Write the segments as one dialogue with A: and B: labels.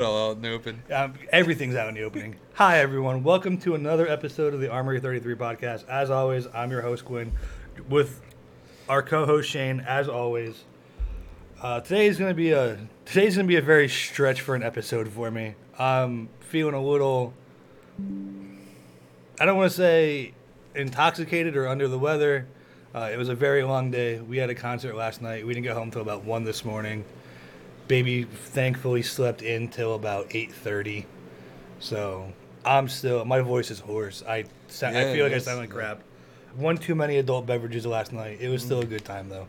A: all out in the open.
B: Um, everything's out in the opening. Hi, everyone. Welcome to another episode of the Armory 33 podcast. As always, I'm your host, Gwen, with our co host, Shane, as always. Uh, today's gonna be a today's gonna be a very stretch for an episode for me. I'm feeling a little I don't want to say intoxicated or under the weather. Uh, it was a very long day. We had a concert last night. We didn't get home till about one this morning. Baby thankfully slept in till about eight thirty. So I'm still my voice is hoarse. I sa- I
A: Yeah,
B: feel like I
A: it's-
B: sound like crap. One too many adult beverages last night. It was still a good time though.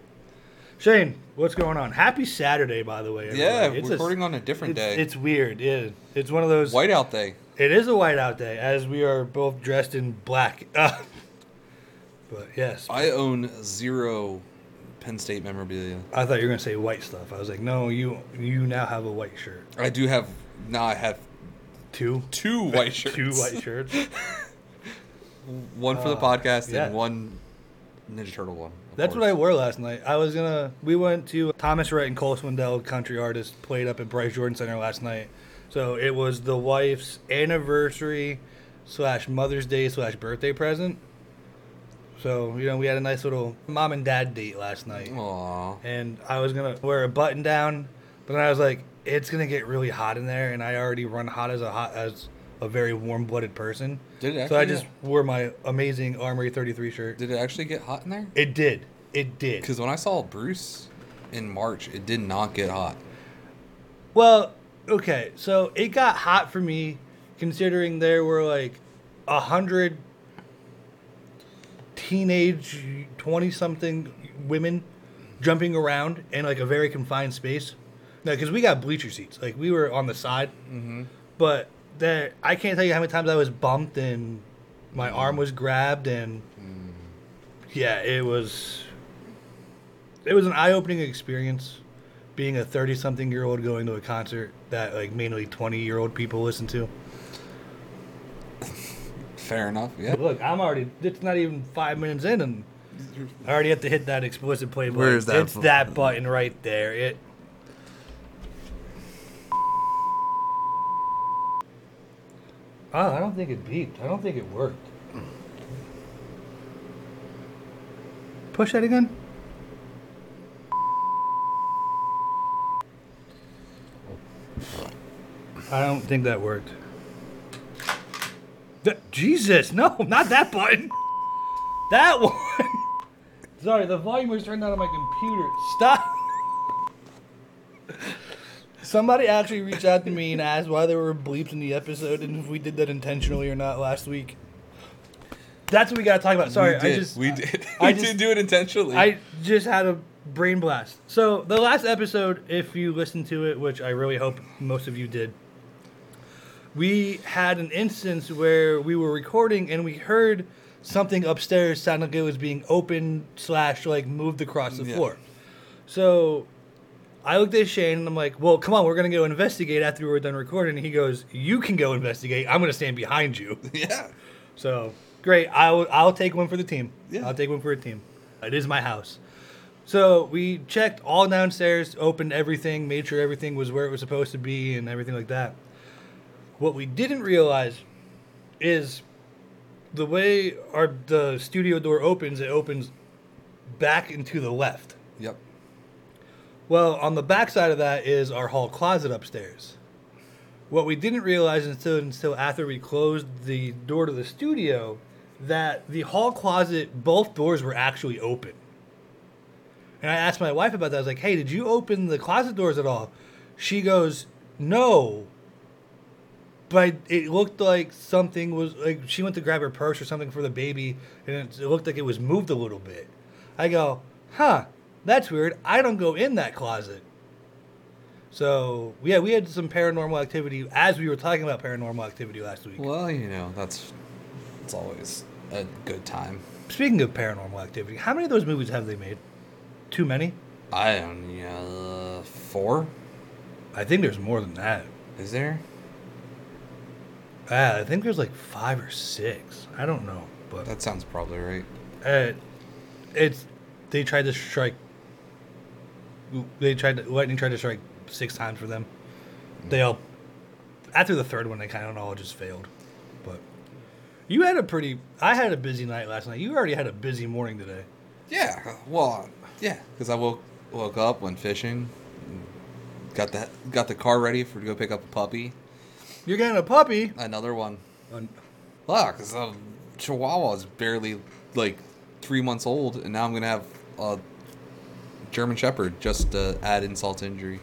B: Shane, what's going on? Happy Saturday, by the way.
A: Yeah,
B: everybody. It's a-
A: recording on a different
B: it's,
A: day.
B: It's weird. Yeah, it's one of those.
A: Whiteout day.
B: It is a whiteout day, as we are both dressed in black. but yes, I,
A: I own zero Penn State memorabilia.
B: thought you were gonna say white stuff. I was like, no, you you now have a white shirt.
A: I do have now. I have
B: Two,
A: two white shirts.
B: two white shirts.
A: One for the podcast
B: yeah.
A: and one Ninja Turtle one. of
B: That's what I
A: course.
B: wore last night. I was gonna. We went to Thomas Rhett and Cole Swindell, country artist, played up at Bryce Jordan Center last night. So it was the wife's anniversary slash Mother's Day slash birthday present. So you know we had a nice little mom and dad date last night,
A: Aw.
B: and I was gonna wear a button down, but then I was like, it's gonna get really hot in there, and I already run hot as a hot as a very warm blooded person.
A: Did it
B: so I
A: actually?
B: just wore my amazing Armory 33 shirt.
A: Did it actually get hot in there?
B: It did. It did.
A: Because when I saw Bruce in March, it did not get hot.
B: Well, okay, so it got hot for me considering there were like a hundred teenage twenty something women jumping around in like a very confined space. No, because we got bleacher seats, like we were on the side. Mm-hmm. But there, I can't tell you how many times I was bumped and my arm was grabbed and yeah, it was it was an eye-opening experience being a 30 something year old going to a concert that like mainly 20 year old people listen to
A: Fair enough. Yeah.
B: look i'm already it's not even five minutes in and i already have to hit that explicit play button
A: Where is that
B: it's
A: bu-
B: that button right there it oh i don't think it beeped i don't think it worked push that again i don't think that worked That- Jesus, no, not that button. That one. Sorry, the volume was turned down on my computer. Stop. Somebody actually reached out to me and asked why there were bleeps in the episode and if we did that intentionally or not last week. That's what we gotta talk about. Sorry,
A: we did.
B: I just
A: we did.
B: I
A: we
B: just-
A: did do it intentionally.
B: I just had a brain blast. So the last episode, if you listened to it, which I really hope most of you did, we had an instance where we were recording and we heard something upstairs sound like it was being opened slash like moved across the
A: Yeah.
B: floor. So I looked at Shane and I'm like, "Well, come on, we're gonna go investigate after we're done recording." And he goes, "You can go investigate. I'm gonna stand behind you."
A: yeah.
B: So great. I'll I'll take one for the team.
A: Yeah.
B: I'll take one for a team. It is my house. So we checked all downstairs, opened everything, made sure everything was where it was supposed to be and everything like that. What we didn't realize is the way our the studio door opens, it opens back and to the left.
A: Yep.
B: Well, on the back side of that is our hall closet upstairs. What we didn't realize until until after we closed the door to the studio that the hall closet both doors were actually open. And I asked my wife about that. I was like, "Hey, did you open the closet doors at all?" She goes, "No." But it looked like something was like she went to grab her purse or something for the baby, and it, it looked like it was moved a little bit. I go, "Huh, that's weird. I don't go in that closet." So yeah, we had some paranormal activity as we were talking about paranormal activity last week.
A: Well, you know that's it's always a good time.
B: Speaking of paranormal activity, how many of those movies have they made? Too many?
A: I don't. Yeah. Four.
B: I think there's more than that.
A: Is there?
B: Uh, I think there's like five or six. I don't know, but
A: That sounds probably right.
B: uh, it's they tried to strike. Hmm. They tried to lightning tried to strike six times for them. They all after the third one, I kind of all just failed. But you had a pretty. I had a busy night last night. You already had a busy morning today.
A: Yeah, well, yeah, because I woke woke up when fishing, got the got the car ready for to go pick up a puppy,
B: You're getting a puppy.
A: another one.
B: Un-
A: Wow, because a Chihuahua is barely like three months old, and now I'm gonna have a German Shepherd just to add insult to injury.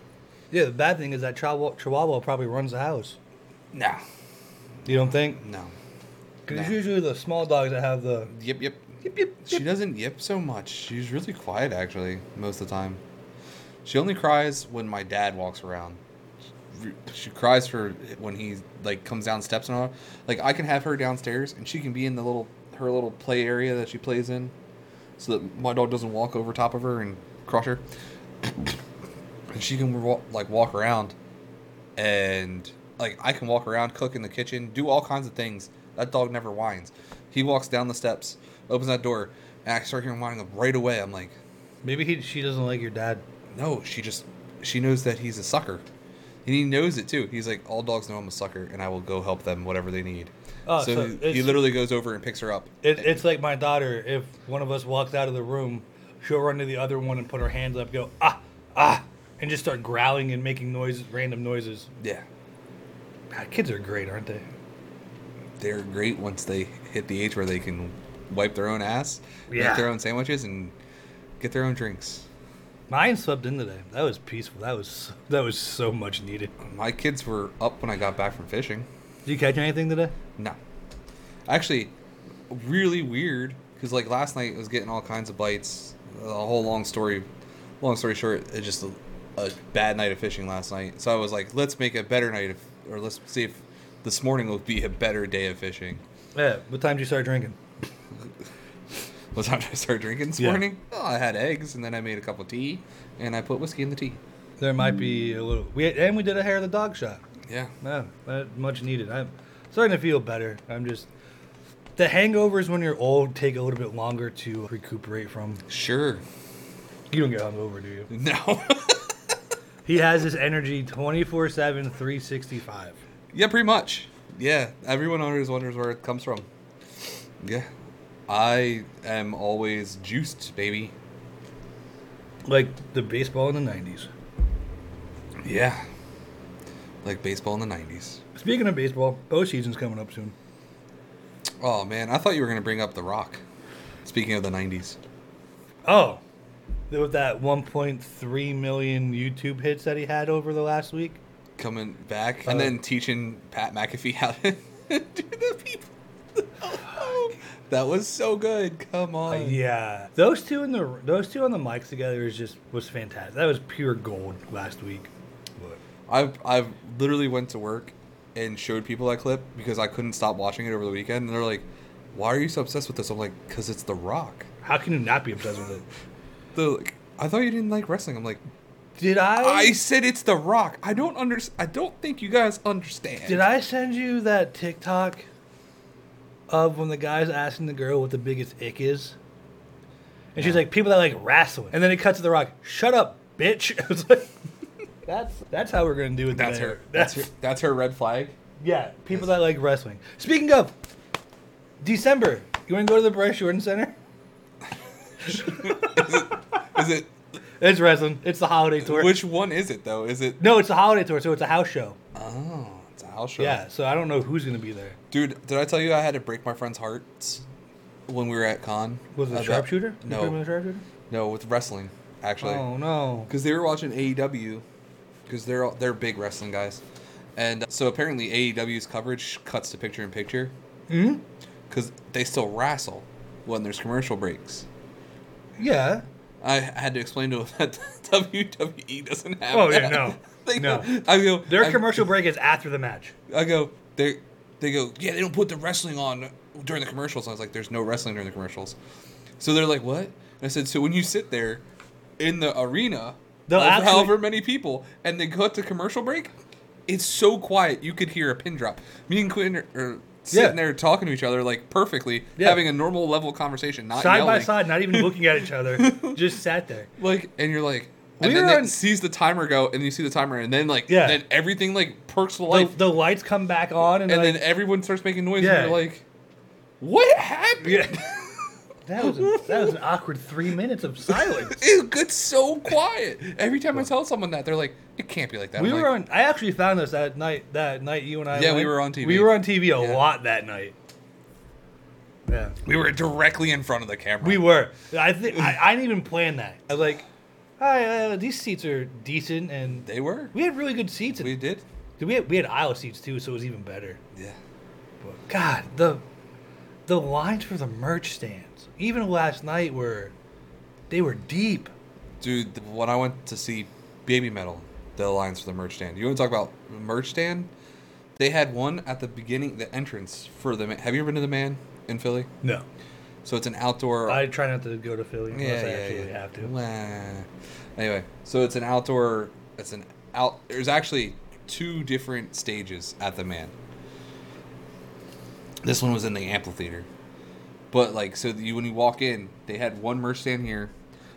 B: Yeah, the bad thing is that Chihuahua, Chihuahua probably runs the house.
A: No,
B: You don't think?
A: no.
B: Because it's
A: Nah.
B: usually the small dogs that have the.
A: Yip yip.
B: Yip, yip,
A: She
B: yip.
A: doesn't yip so much. She's really quiet actually most of the time. She only cries when my dad walks around. She- She cries for when he like comes down steps and all. Like I can have her downstairs and she can be in the little her little play area that she plays in, so that my dog doesn't walk over top of her and crush her. and she can wa- like walk around, and like I can walk around, cook in the kitchen, do all kinds of things. That dog never whines. He walks down the steps, opens that door, and I start hearing whining right away. I'm like,
B: Maybe he, she doesn't like your dad.
A: no, she just she knows that he's a sucker. And he knows it too. He's like, all dogs know I'm a sucker, and I will go help them whatever they need.
B: Oh, so
A: so he- he
B: it's-
A: literally goes over and picks her up.
B: It, it's like my daughter. If one of us walks out of the room, she'll run to the other one and put her hands up, go ah ah, and just start growling and making noises, random noises.
A: Yeah,
B: God, kids are great, aren't they?
A: they're great once they hit the age where they can wipe their own ass,
B: Yeah.
A: make their own sandwiches, and get their own drinks.
B: Mine slept in today. That was peaceful. That was that was so much needed.
A: My kids were up when I got back from fishing.
B: Did you catch anything today?
A: No. Actually, really weird because like last night I was getting all kinds of bites. A whole long story. Long story short, it's just a, a bad night of fishing last night. So I was like, let's make a better night of, or let's see if this morning will be a better day of fishing.
B: Yeah. What time did you start drinking?
A: What time did I start drinking this
B: Yeah.
A: morning? Oh, I had eggs and then I made a cup of tea and I put whiskey in the tea.
B: There might be a little. We and we did a hair of the dog shot.
A: Yeah.
B: No, that much needed. I'm starting to feel better. I'm just the hangovers when you're old take a little bit longer to recuperate from.
A: Sure.
B: You don't get hungover, do you?
A: No.
B: He has his energy 24 7, 365.
A: Yeah, pretty much. Yeah, everyone always wonders where it comes from. Yeah, I am always juiced, baby.
B: Like the baseball in the 90s.
A: Yeah, like baseball in the '90s.
B: Speaking of baseball, postseason's coming up soon.
A: Oh man, I thought you were gonna bring up The Rock. Speaking of the '90s,
B: Oh, with that 1.3 million YouTube hits that he had over the last week.
A: coming back
B: Uh,
A: and then teaching Pat McAfee how to do the people. Oh, that was so good. Come on.
B: Uh, Yeah, those two in the those two on the mics together is just was fantastic. That was pure gold last week.
A: I've I've literally went to work and showed people that clip because I couldn't stop watching it over the weekend, and they're like, "Why are you so obsessed with this?" I'm like, "Cause it's The Rock."
B: How can you not be obsessed with it?
A: They're like, "I thought you didn't like wrestling." I'm like,
B: Did I?
A: "I said it's The Rock. I don't under I don't think you guys understand."
B: Did I send you that TikTok of when the guy's asking the girl what the biggest ick is? And she's like, people that like wrestling. And then it cuts to The Rock. Shut up, bitch. I was like, that's that's how we're gonna do it.
A: That's
B: today.
A: her. That's her. That's her red flag.
B: yeah. People that like wrestling. Speaking of December, you want to go to the Bryce Jordan Center?
A: Is it?
B: It's wrestling. It's the holiday tour.
A: Which one is it though? Is it?
B: no, it's the holiday tour, so it's a house show.
A: Oh, it's a house show.
B: Yeah. So I don't know who's gonna be there.
A: Dude, did I tell you I had to break my friend's hearts when we were at con?
B: Was it a
A: About-
B: sharpshooter? You put him in a
A: No,
B: sharpshooter?
A: no, with wrestling actually.
B: Oh no.
A: because they were watching AEW because they're all, they're big wrestling guys, and uh, so apparently AEW's coverage cuts to picture in picture
B: Hmm.
A: because they still wrestle when there's commercial breaks.
B: Yeah.
A: I had to explain to them that WWE doesn't have.
B: Oh, yeah,
A: that.
B: no.
A: they
B: No.
A: Go, I go.
B: Their
A: I,
B: commercial break is after the match.
A: I go. They they go. Yeah, they don't put the wrestling on during the commercials. I was like, there's no wrestling during the commercials. So they're like, what? And I said, so when you sit there in the arena,
B: They'll
A: of
B: actually-
A: however many people, and they cut to commercial break, it's so quiet you could hear a pin drop. Me and Quinn are, are sitting
B: Yeah.
A: there talking to each other like perfectly,
B: Yeah.
A: having a normal level conversation, not
B: Side by
A: yelling.
B: side, not even looking at each other, just sat there.
A: Like, and you're like, and
B: We
A: then
B: were
A: it
B: on-
A: sees the timer go, and you see the timer, and then like,
B: Yeah.
A: then everything like perks to
B: The,
A: life,
B: the lights come back on, and,
A: and
B: like,
A: then everyone starts making noise,
B: Yeah.
A: and you're like, what happened?
B: that was a, that was an awkward three minutes of silence.
A: it gets so quiet. Every time I tell someone that, they're like, it can't be like that.
B: We
A: I'm
B: were
A: like,
B: on. I actually found this that night. That night, you and I.
A: Yeah, we
B: went.
A: were on TV.
B: We were on TV a
A: Yeah.
B: lot that night. Yeah,
A: we were directly in front of the camera.
B: we were. I think I, I didn't even plan that. I was like, "Hi, uh, these seats are decent," and
A: They were.
B: we had really good seats.
A: We
B: We,
A: did.
B: we had we had aisle seats too, so it was even better.
A: Yeah.
B: But God, the the lines for the merch stands, even last night, were they were deep.
A: Dude, th- when I went to see Baby Metal, the lines for the merch stand. You want to talk about merch stand? They had one at the beginning, the entrance for the. Ma- Have you ever been to the Man in Philly?
B: No,
A: So it's an outdoor.
B: I try not to go to Philly
A: yeah,
B: unless I
A: yeah,
B: absolutely
A: yeah.
B: have to.
A: Nah. Anyway, so it's an outdoor. It's an out. There's actually two different stages at the Man. This one was in the amphitheater, but like so you when you walk in, they had one merch stand here,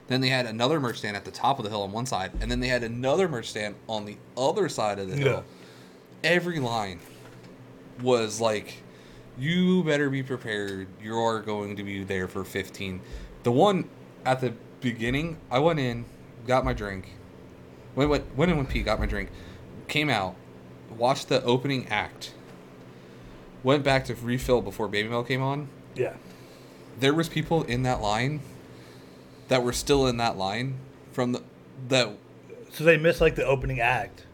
A: then they had another merch stand at the top of the hill on one side, and then they had another merch stand on the other side of the hill. Every line was like you better be prepared you're going to be there for 15 the one at the beginning i went in got my drink went went, went in one pee got my drink came out watched the opening act went back to refill before baby Mel came on
B: Yeah.
A: there was people in that line that were still in that line from the that
B: So they missed like the opening act,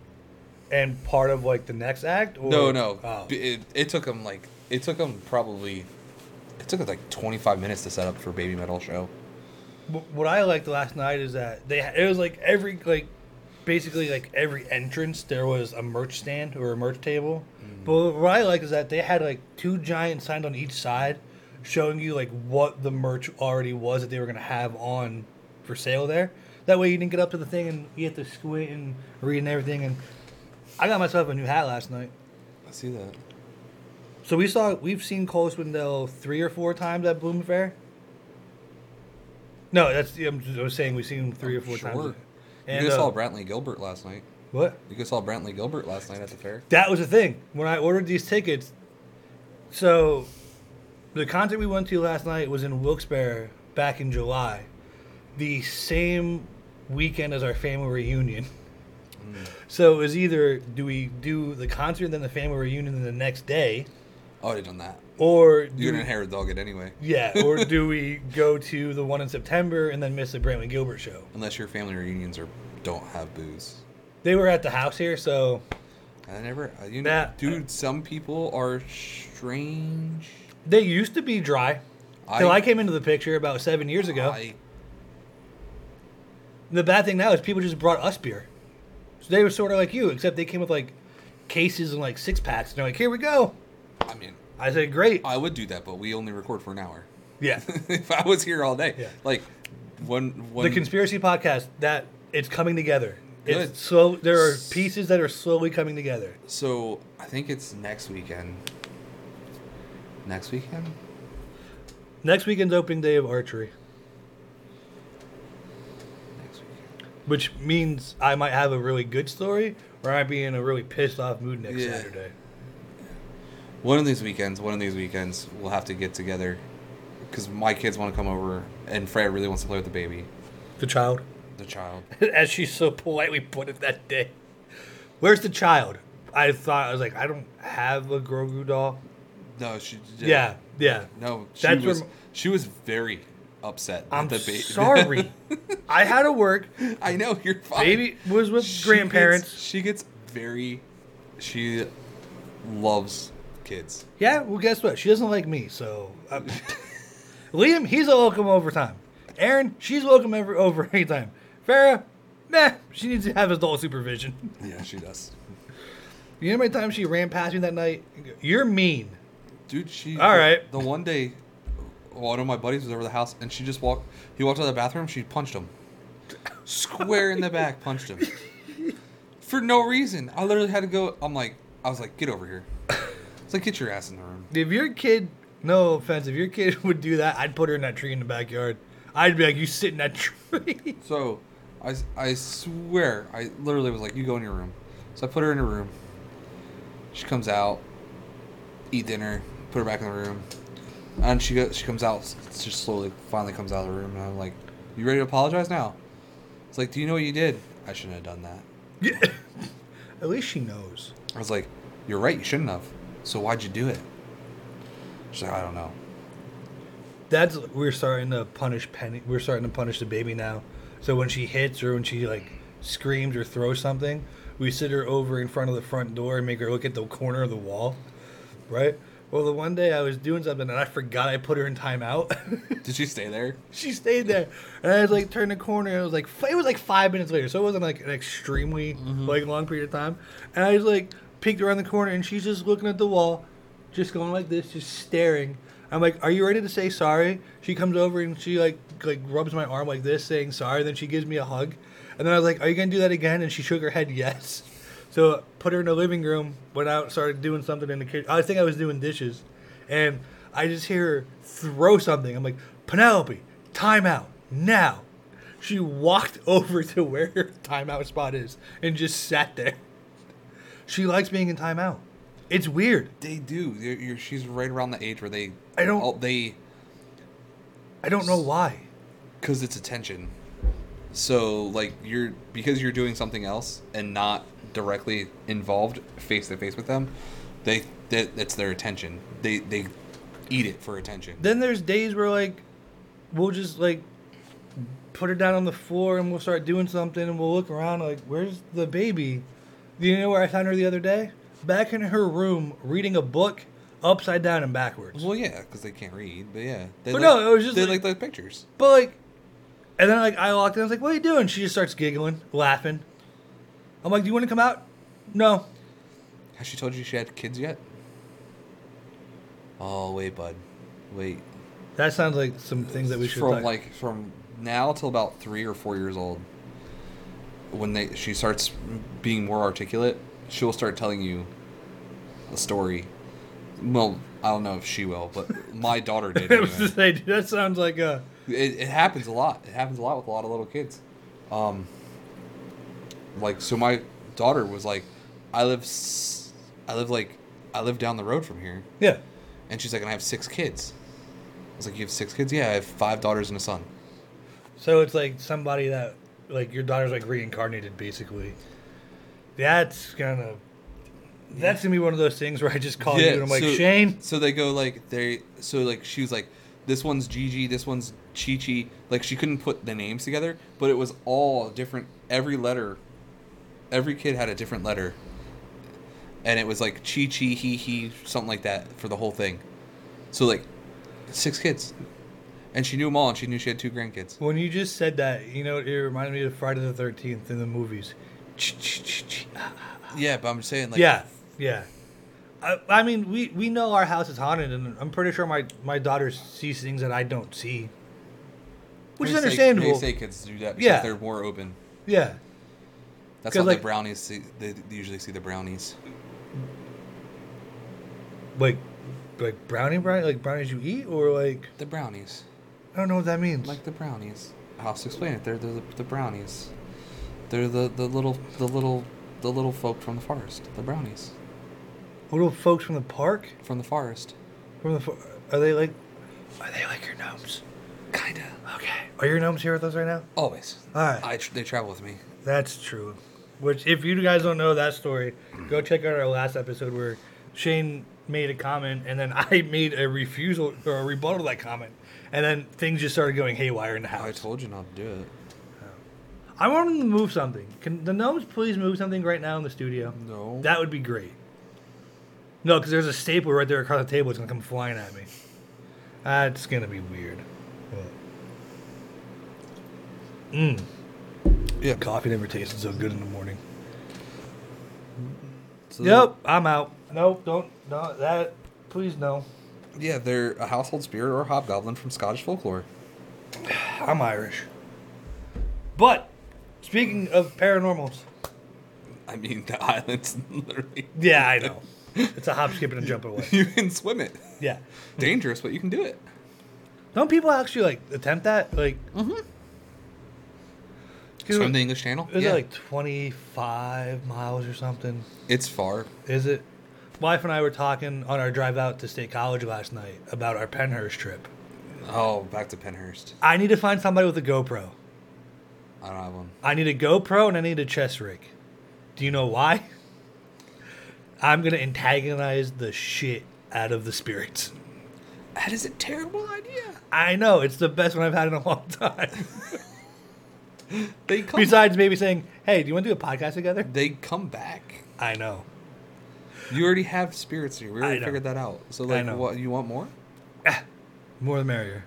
B: and part of like the next act. Or?
A: No, no.
B: Oh.
A: B- It, it took them like it took them probably it took 'em, like 25 minutes to set up for Baby Metal show.
B: Wh- What I liked last night is that they it was like every like basically like every entrance there was a merch stand or a merch table. But what I like is that they had like two giant signs on each side, showing you like what the merch already was that they were gonna have on for sale there. That way you didn't get up to the thing and you had to squint and read and everything. And I got myself a new hat last night.
A: I see that.
B: So we saw we've seen Cole Swindell three or four times at Bloom Fair. No, that's I'm just, I was saying we've seen him three or four
A: Sure.
B: times.
A: You
B: And,
A: guys
B: uh,
A: saw Brantley Gilbert last night.
B: what?
A: You guys saw Brantley Gilbert last night at the fair.
B: That was the thing when I ordered these tickets. So, the concert we went to last night was in Wilkes-Barre back in July, the same weekend as our family reunion.
A: Mm.
B: So it was either do we do the concert then the family reunion the next day,
A: Oh, I would have done that.
B: or do
A: You're
B: we-
A: gonna inherit dog it anyway,
B: Yeah, or do we go to the one in September and then miss the Brantley Gilbert show?
A: unless your family reunions are don't have booze.
B: They were at the house here, so
A: I never, I- you know,
B: That-
A: dude. Some people are strange.
B: they used to be dry.
A: I-
B: Till I came into the picture about seven years ago.
A: I,
B: the bad thing now is people just brought us beer. So they were sort of like you, except they came with like cases and like six packs. And they're like, here we go.
A: I mean,
B: I said, great.
A: I would do that, but we only record for an hour.
B: yeah.
A: if I was here all day,
B: Yeah.
A: like one one
B: the conspiracy podcast, that it's coming together.
A: Good.
B: It's slow. There are pieces that are slowly coming together.
A: So I think it's next weekend. Next weekend?
B: Next weekend's opening day of archery.
A: Next weekend.
B: which means I might have a really good story, or I might be in a really pissed off mood next
A: Yeah.
B: Saturday.
A: One of these weekends, one of these weekends, we'll have to get together because my kids want to come over, and Freya really wants to play with the baby,
B: The child,
A: the child.
B: as she so politely put it that day, where's the child? I thought I was like, I don't have a Grogu doll.
A: No, she.
B: Yeah, yeah.
A: No, she
B: That's
A: was.
B: where-
A: She was very upset. that
B: I'm
A: the baby.
B: sorry. I had to work.
A: I know you're fine.
B: Baby was with
A: She
B: grandparents.
A: gets- she gets very. She loves kids.
B: Yeah, well, guess what? She doesn't like me, so. uh Liam, he's a welcome overtime. Aaron, she's welcome over, over anytime. Farah, meh, she needs to have adult supervision.
A: Yeah, she does.
B: You know how many times she ran past me that night? You're mean.
A: Dude, she.
B: All
A: the-
B: right.
A: The one day, one of my buddies was over the house, and she just walked. He walked out of the bathroom. She punched him, square in the back. Punched him for no reason. I literally had to go. I'm like, I was like, get over here. It's like, get your ass in the room.
B: If your kid, no offense, if your kid would do that, I'd put her in that tree in the backyard. I'd be like, you sit in that tree.
A: So, I, s- I swear, I literally was like, you go in your room. So I put her in her room. She comes out, eat dinner, put her back in the room. And she go, she comes out, s- she slowly finally comes out of the room. And I'm like, you ready to apologize now? It's like, do you know what you did? I shouldn't have done that.
B: Yeah. At least she knows.
A: I was like, you're right, you shouldn't have. So why'd you do it? She's like, I don't know.
B: That's we're starting to punish Penny. We're starting to punish the baby now. So when she hits or when she like screams or throws something, we sit her over in front of the front door and make her look at the corner of the wall, right? Well, the one day I was doing something and I forgot I put her in timeout.
A: Did she stay there?
B: she stayed there, and I like turned the corner. And it was like f- it was like five minutes later, so it wasn't like an extremely like long period of time. And I was like peeked around the corner, and she's just looking at the wall, just going like this, just staring. I'm like, "Are you ready to say sorry?" She comes over and she like like rubs my arm like this, saying sorry. Then she gives me a hug, and then I was like, "Are you gonna do that again?" And she shook her head yes. So put her in the living room, went out, started doing something in the kitchen. I think I was doing dishes, and I just hear her throw something. I'm like, Penelope, timeout now. She walked over to where her timeout spot is and just sat there. She likes being in timeout. It's weird.
A: They do. You're, you're, she's right around the age where they.
B: I don't-
A: all- They
B: I don't know why.
A: because it's attention. So like you're because you're doing something else and not directly involved face to face with them, they that that's their attention. They they eat it for attention.
B: Then there's days where like we'll just like put her down on the floor and we'll start doing something and we'll look around like where's the baby? Do you know where I found her the other day? Back in her room reading a book upside down and backwards.
A: Well, yeah, because they can't read. But yeah, they like,
B: But no, it was just
A: they like,
B: like-
A: like pictures.
B: But like, and then like I walked in, I was like, "What are you doing?" She just starts giggling, laughing. I'm like, "Do you want to come out?" No.
A: Has she told you she had kids yet? Oh wait, bud, wait.
B: That sounds like some things that we should
A: from
B: talk-
A: like from now till about three or four years old when they she starts being more articulate she'll start telling you a story well i don't know if she will but my daughter did
B: I was
A: anyway.
B: gonna say, dude, that sounds like uh
A: it, it happens a lot it happens a lot with a lot of little kids um like so my daughter was like i live s- i live like i live down the road from here
B: yeah.
A: and she's like and i have six kids i was like you have six kids yeah i have five daughters and a son
B: So it's like somebody that like your daughter's like reincarnated, basically. That's gonna that's gonna be one of those things where I just call you and I'm like,
A: so,
B: Shane,
A: So they go like they so like she was like this one's Gigi, this one's Chi Chi. Like she couldn't put the names together, but it was all different. Every letter, every kid had a different letter, and it was like Chi Chi, he he, something like that for the whole thing. So like six kids, and she knew them all, and she knew she had two grandkids.
B: when you just said that, you know, it reminded me of Friday the Thirteenth in the movies. Ch-ch-ch-ch, ah.
A: Yeah, but I'm saying like
B: yeah, yeah. I, I mean, we, we know our house is haunted, and I'm pretty sure my, my daughter sees things that I don't see, which is
A: they say- They
B: understandable.
A: say kids do that because
B: Yeah.
A: they're more open.
B: yeah,
A: That's
B: 'Cause,
A: how
B: like-
A: the brownies see. They usually see the brownies.
B: like like brownie brownie like brownies you eat, or like
A: The brownies.
B: I don't know what that means.
A: like the brownies. I'll have to explain it. They're, they're the, the brownies. They're the, the little the little the little folk from the forest. The brownies
B: little folks from the park,
A: from the forest.
B: from the fo- are they like are they like your gnomes?
A: Kinda.
B: Okay, are your gnomes here with us right now?
A: Always.
B: All right.
A: I tr- they travel with me.
B: That's true. Which, if you guys don't know that story, go check out our last episode where Shane made a comment and then I made a refusal or a rebuttal to that comment, and then things just started going haywire in the
A: I
B: house.
A: told you not to do it.
B: I want them to move something. Can the gnomes please move something right now in the studio?
A: No.
B: That would be great. No, because there's a staple right there across the table. It's gonna come flying at me. That's gonna be weird. But- Mm.
A: Yeah.
B: Coffee never tasted so good in the morning.
A: So
B: Yep, I'm out. Nope, don't no that please no.
A: they're- Yeah, they're a household spirit or hobgoblin from Scottish folklore.
B: I'm Irish. But speaking of paranormals,
A: I mean, the islands literally.
B: yeah, I know. It's a hop, skip, and a jump away.
A: You can swim it.
B: Yeah.
A: Dangerous, but you can do it.
B: Mm-hmm. Don't people actually like attempt that? Like, 'Cause it
A: Swim
B: was-
A: the English Channel?
B: Is it like 25 miles or something?
A: it's far.
B: Is it? Wife and I were talking on our drive out to State College last night about our Penhurst trip.
A: Oh, back to Penhurst.
B: I need to find somebody with a GoPro.
A: I don't have one.
B: I need a GoPro and I need a chess rig. Do you know why? I'm gonna antagonize the shit out of the spirits.
A: That is a terrible idea.
B: I know it's the best one I've had in a long time.
A: They come.
B: Besides maybe saying, "Hey, do you want to do a podcast together?"
A: they come back.
B: I know.
A: You already have spirits in you. We
B: I
A: already
B: know.
A: figured that out. So
B: I
A: like,
B: know.
A: what you want more?
B: More the merrier.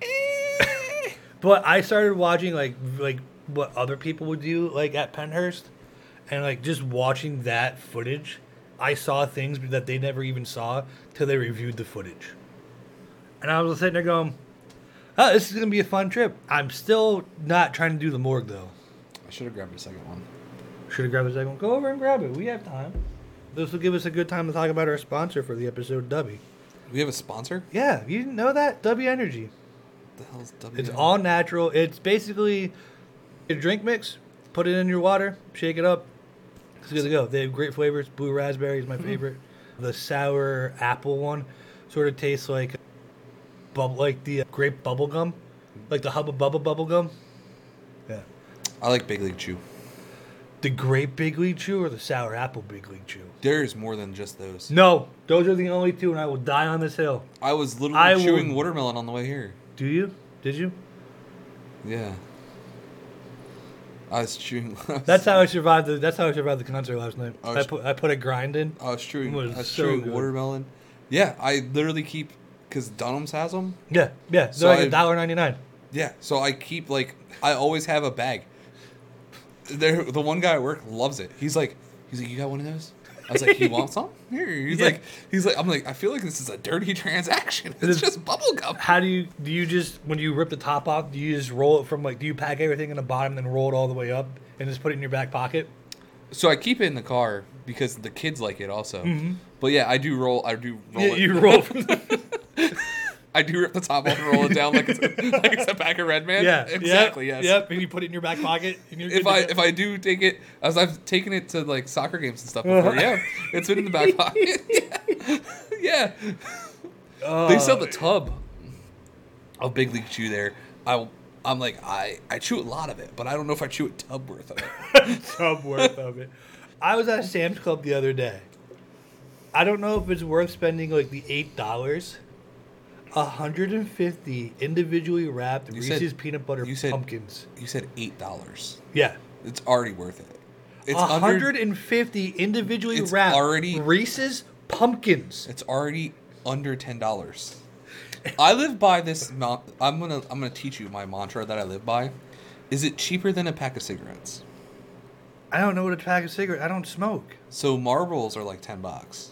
B: but I started watching like v- like what other people would do like at Penhurst, and like just watching that footage, I saw things that they never even saw till they reviewed the footage, and I was sitting there going, "Oh, this is gonna be a fun trip." I'm still not trying to do the morgue though.
A: I should have grabbed a second one.
B: Should have grabbed a second. Go over and grab it. We have time. This will give us a good time to talk about our sponsor for the episode, Dubby.
A: We have a sponsor.
B: Yeah, you didn't know that? W Energy.
A: What the hell is W?
B: It's all natural. It's basically your drink mix. Put it in your water, shake it up. It's good to go. They have great flavors. Blue raspberry is my
A: Mm-hmm.
B: favorite. The sour apple one sort of tastes like bub- like the uh, grape bubble gum, like the Hubba Bubba bubble gum. Yeah.
A: I like Big League Chew.
B: The grape Big League Chew or the sour apple Big League Chew?
A: There's more than just those.
B: No, those are the only two, and I will die on this hill.
A: I was literally
B: I
A: chewing
B: will-
A: watermelon on the way here.
B: Do you? Did you?
A: Yeah. I was chewing.
B: That's how I survived. The, that's how I survived the concert last night.
A: Oh,
B: I
A: it's-
B: put I put a grind in.
A: I was chewing.
B: It was
A: I was
B: so
A: chewing
B: good.
A: watermelon. Yeah, I literally keep because Dunham's has them.
B: Yeah, yeah.
A: So
B: So like
A: I-
B: a dollar ninety nine.
A: Yeah, so I keep like I always have a bag. There, the one guy at work loves it. He's like, he's like, you got one of those? I was like, you want some? Here. He's
B: Yeah.
A: like, he's like, I'm like, I feel like this is a dirty transaction. It's
B: is-
A: just bubble gum.
B: How do you do? You just when you rip the top off, do you just roll it from like? Do you pack everything in the bottom, then roll it all the way up, and just put it in your back pocket?
A: So I keep it in the car because the kids like it also. But yeah, I do roll. I do roll.
B: Mm-hmm. Yeah,
A: it.
B: you roll from the
A: I do rip the top off and roll it down like it's, like it's a pack of Red Man.
B: yeah
A: exactly.
B: yep,
A: yes.
B: Yep, and you put it in your back pocket. And you're
A: If I if I do take it, as I've taken it to like soccer games and stuff before,
B: Uh-huh.
A: yeah, it's been in the back pocket. yeah. Yeah. They sell
B: Oh.
A: the tub of Big League Chew there. I I'm like I I chew a lot of it, but I don't know if I chew a tub worth of it.
B: tub worth of it. I was at Sam's Club the other day. I don't know if it's worth spending like the eight dollars. 150 individually wrapped
A: You said-
B: Reese's peanut butter
A: you said-
B: pumpkins.
A: You said eight dollars.
B: Yeah.
A: It's already worth it. It's
B: A
A: under.
B: 150 individually
A: It's
B: wrapped
A: already-
B: Reese's pumpkins.
A: It's already under ten dollars. I live by this. mon- I'm gonna I'm gonna teach you my mantra that I live by. Is it cheaper than a pack of cigarettes?
B: I don't know what a pack of cigarettes. I don't smoke.
A: So marbles are like ten bucks.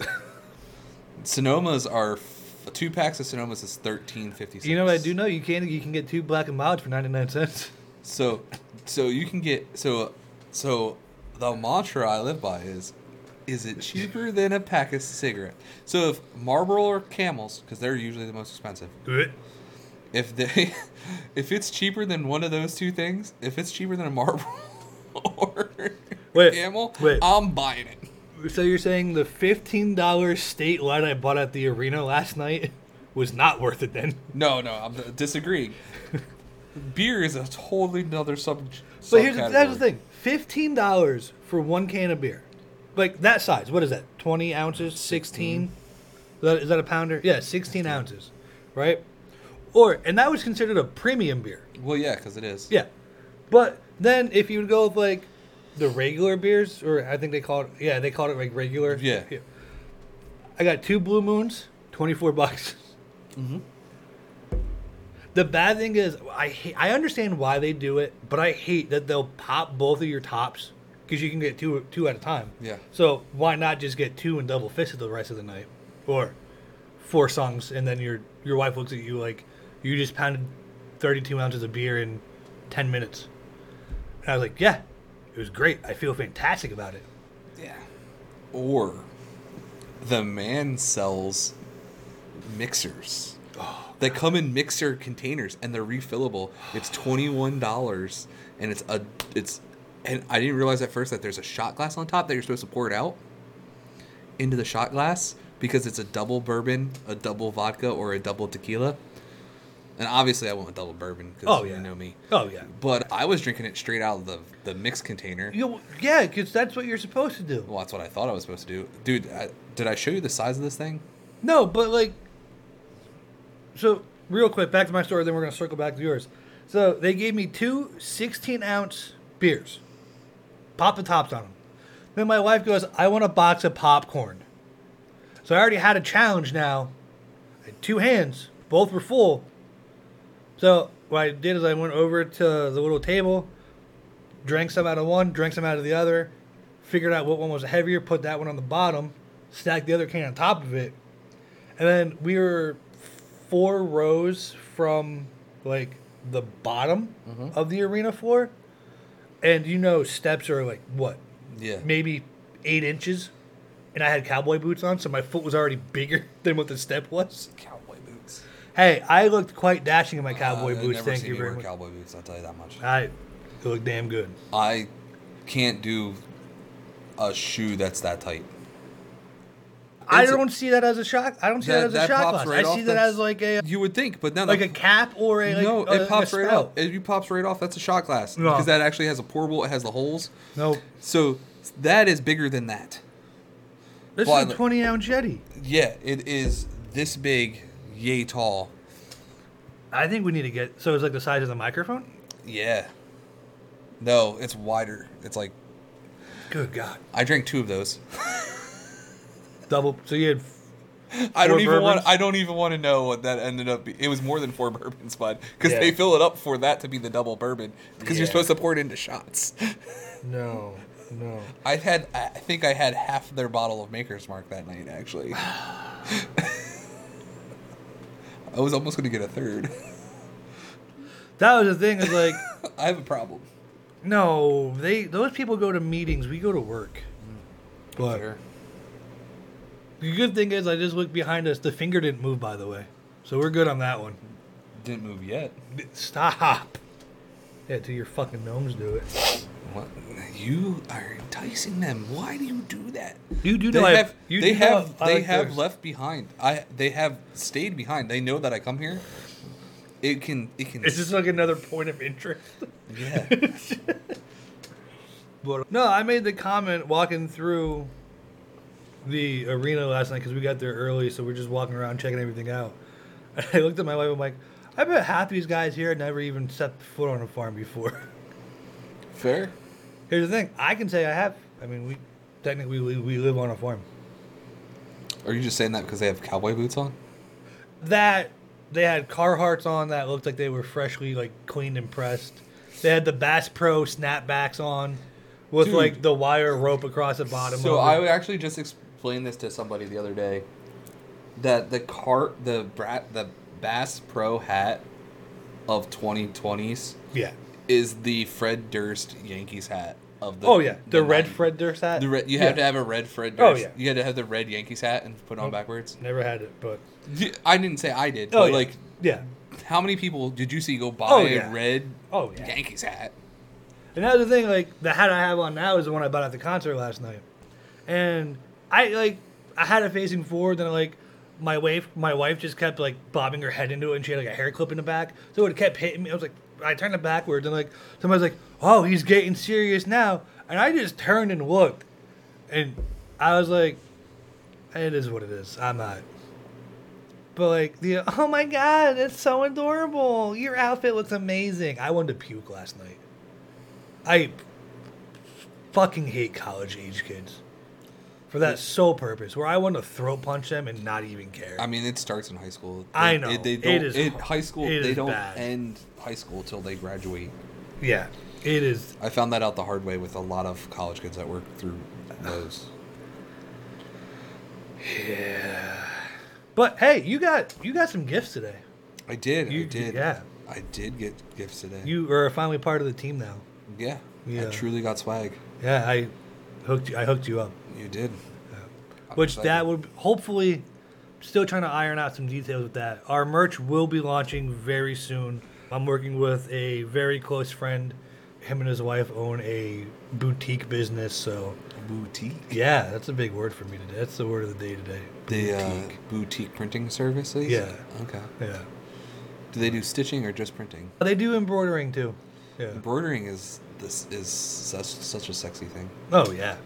A: Sonomas are f- two packs of Sonomas is thirteen fifty six.
B: You know what I do know? You can you can get two black and milds for 99 cents.
A: So, so you can get so, so the mantra I live by is, is it cheaper than a pack of cigarette? So if Marlboro or Camels, because they're usually the most expensive, if they, if it's cheaper than one of those two things, if it's cheaper than a Marlboro or
B: Wait,
A: Camel,
B: wait.
A: I'm buying it.
B: So you're saying the $15 state light I bought at the arena last night was not worth it then?
A: No, no, I'm disagreeing. Beer is a totally another sub.
B: But here's the, that's
A: subcategory.
B: the thing: fifteen dollars for one can of beer, like that size. What is that? Twenty ounces? Sixteen? Is that, is that a pounder? Yeah, sixteen ounces, right? Or and that was considered a premium beer.
A: Well, yeah, because it is.
B: Yeah, but then if you would go with like the regular beers, or I think they call it yeah they called it like regular.
A: Yeah.
B: I got two blue moons, twenty four bucks. The bad thing is, I hate, I understand why they do it, but I hate that they'll pop both of your tops because you can get two two at a time.
A: Yeah.
B: So why not just get two and double fisted the rest of the night, or four songs, and then your your wife looks at you like you just pounded thirty two ounces of beer in ten minutes. And I was like, yeah, it was great. I feel fantastic about it.
A: Yeah.
B: Oh,
A: Or the man sells mixers They come in mixer containers and they're refillable. It's twenty one dollars and it's a it's and I didn't realize at first that there's a shot glass on top that you're supposed to pour it out into the shot glass because it's a double bourbon, a double vodka, or a double tequila. And obviously, I went with double bourbon because
B: Oh, yeah.
A: you know me.
B: Oh, yeah.
A: But I was drinking it straight out of the the mix container.
B: You, yeah, because that's what you're supposed to do.
A: Well, that's what I thought I was supposed to do, dude. I, did I show you the size of this thing?
B: No, but like, so real quick, back to my story, then we're going to circle back to yours. So they gave me two 16 ounce beers, pop the tops on them. Then my wife goes, I want a box of popcorn. So I already had a challenge now. I had two hands, both were full. So what I did is I went over to the little table, drank some out of one, drank some out of the other, figured out what one was heavier, put that one on the bottom, stacked the other can on top of it. And then we were four rows from like the bottom
A: Mm-hmm.
B: of the arena floor. And you know, steps are like what?
A: Yeah.
B: Maybe eight inches. And I had cowboy boots on, so my foot was already bigger than what the step was.
A: Cowboy boots.
B: Hey, I looked quite dashing in my cowboy
A: Uh, I've
B: boots.
A: never
B: Thank
A: seen
B: you very
A: wear
B: much.
A: Cowboy boots. I'll tell you that much.
B: I it looked damn good.
A: I can't do a shoe that's that tight.
B: I
A: It's a-
B: don't see that as a shock. I don't see
A: That-
B: that, as
A: that
B: a shot
A: pops
B: glass.
A: right
B: I see
A: off
B: that
A: the-
B: as like a
A: You would think, but no,
B: like a
A: that-
B: cap or a like,
A: no,
B: uh,
A: it pops
B: like a
A: right
B: spout.
A: off. It, it pops right off. That's a shot glass
B: No.
A: because that actually has a portable. It has the holes.
B: No,
A: So that is bigger than that.
B: this
A: Well,
B: is a
A: I-
B: twenty ounce Yeti.
A: Yeah, it is this big, yay tall.
B: I think we need to get so it's like the size of the microphone.
A: Yeah. No, it's wider. It's like
B: Good God,
A: I drank two of those.
B: double. So you had
A: I
B: Four
A: don't even want.
B: bourbons?
A: I don't even want to know what that ended up. Be. It was more than four bourbons, bud, because
B: Yeah.
A: they fill it up for that to be the double bourbon. Because
B: Yeah.
A: you're supposed to pour it into shots.
B: no, no.
A: I had. I think I had half their bottle of Maker's Mark that night. Actually, I was almost going to get a third.
B: That was the thing. Is like
A: I have a problem.
B: no, they those people go to meetings. We go to work. But the good thing is, I just looked behind us. The finger didn't move, by the way, so we're good on that one.
A: Didn't move yet.
B: Stop. Yeah, till your fucking gnomes do it.
A: What? You are enticing them. Why do you do that?
B: You do
A: they
B: know I-
A: have
B: you
A: they
B: do know
A: have
B: I
A: they
B: like
A: have
B: theirs.
A: left behind. I they have stayed behind. They know that I come here. It can it can
B: Is this like another point of interest?
A: yeah.
B: But no, I made the comment walking through the arena last night because we got there early, so we're just walking around checking everything out. And I looked at my wife. I'm like, I bet half these guys here never even set foot on a farm before.
A: Fair.
B: Here's the thing: I can say I have. I mean, we technically we, we live on a farm.
A: Are you just saying that because they have cowboy boots on?
B: That they had Carhartts on that looked like they were freshly like cleaned and pressed. They had the Bass Pro snapbacks on, with
A: Dude.
B: like the wire rope across the bottom.
A: So
B: of it.
A: I would actually just explained this to somebody the other day that the cart the brat the Bass Pro hat of 2020s
B: yeah.
A: is the Fred Durst Yankees hat of the
B: Oh yeah, the, red
A: 90s.
B: Fred Durst hat.
A: The red, you
B: Yeah.
A: have to have a red Fred.
B: Oh,
A: Durst.
B: yeah.
A: You had to have the red Yankees hat and put it on
B: Nope.
A: backwards.
B: Never had it, but
A: Y- I didn't say I did.
B: oh
A: but
B: yeah.
A: like,
B: yeah.
A: how many people did you see go buy
B: Oh, yeah.
A: a red
B: Oh, yeah.
A: Yankees hat?
B: And that was the thing. Like the hat I have on now is the one I bought at the concert last night, and I like I had it facing forward, and like my wife, my wife just kept like bobbing her head into it, and she had like a hair clip in the back, so it kept hitting me. I was like, I turned it backwards, and like somebody's like, "Oh, he's getting serious now," and I just turned and looked, and I was like, "It is what it is. I'm not." But like the oh my god, it's so adorable. Your outfit looks amazing. I wanted to puke last night. I fucking hate college age kids for that sole purpose, where I want to throat punch them and not even care.
A: I mean, it starts in high school.
B: I
A: They-
B: know.
A: they
B: It
A: don't.
B: is
A: it-
B: hard.
A: high school.
B: It
A: they
B: is
A: don't
B: bad.
A: end high school till they graduate.
B: yeah, it is.
A: I found that out the hard way with a lot of college kids that work through those.
B: But hey, you got you got some gifts today.
A: I did.
B: You-
A: I did.
B: yeah.
A: I did get gifts today.
B: You are finally part of the team now.
A: yeah.
B: Yeah.
A: I truly got swag.
B: Yeah, I hooked you, I hooked you up,
A: You did. I'm
B: which
A: excited.
B: that would hopefully still trying to iron out some details with that. Our merch will be launching very soon. I'm working with a very close friend. Him and his wife own a boutique business, so
A: Boutique.
B: yeah, that's a big word for me today. That's the word of the day today.
A: The uh, boutique printing services.
B: Yeah.
A: Okay.
B: Yeah.
A: Do they do stitching or just printing?
B: They do embroidering too. Yeah.
A: Embroidering is this is such, such a sexy thing.
B: Oh yeah.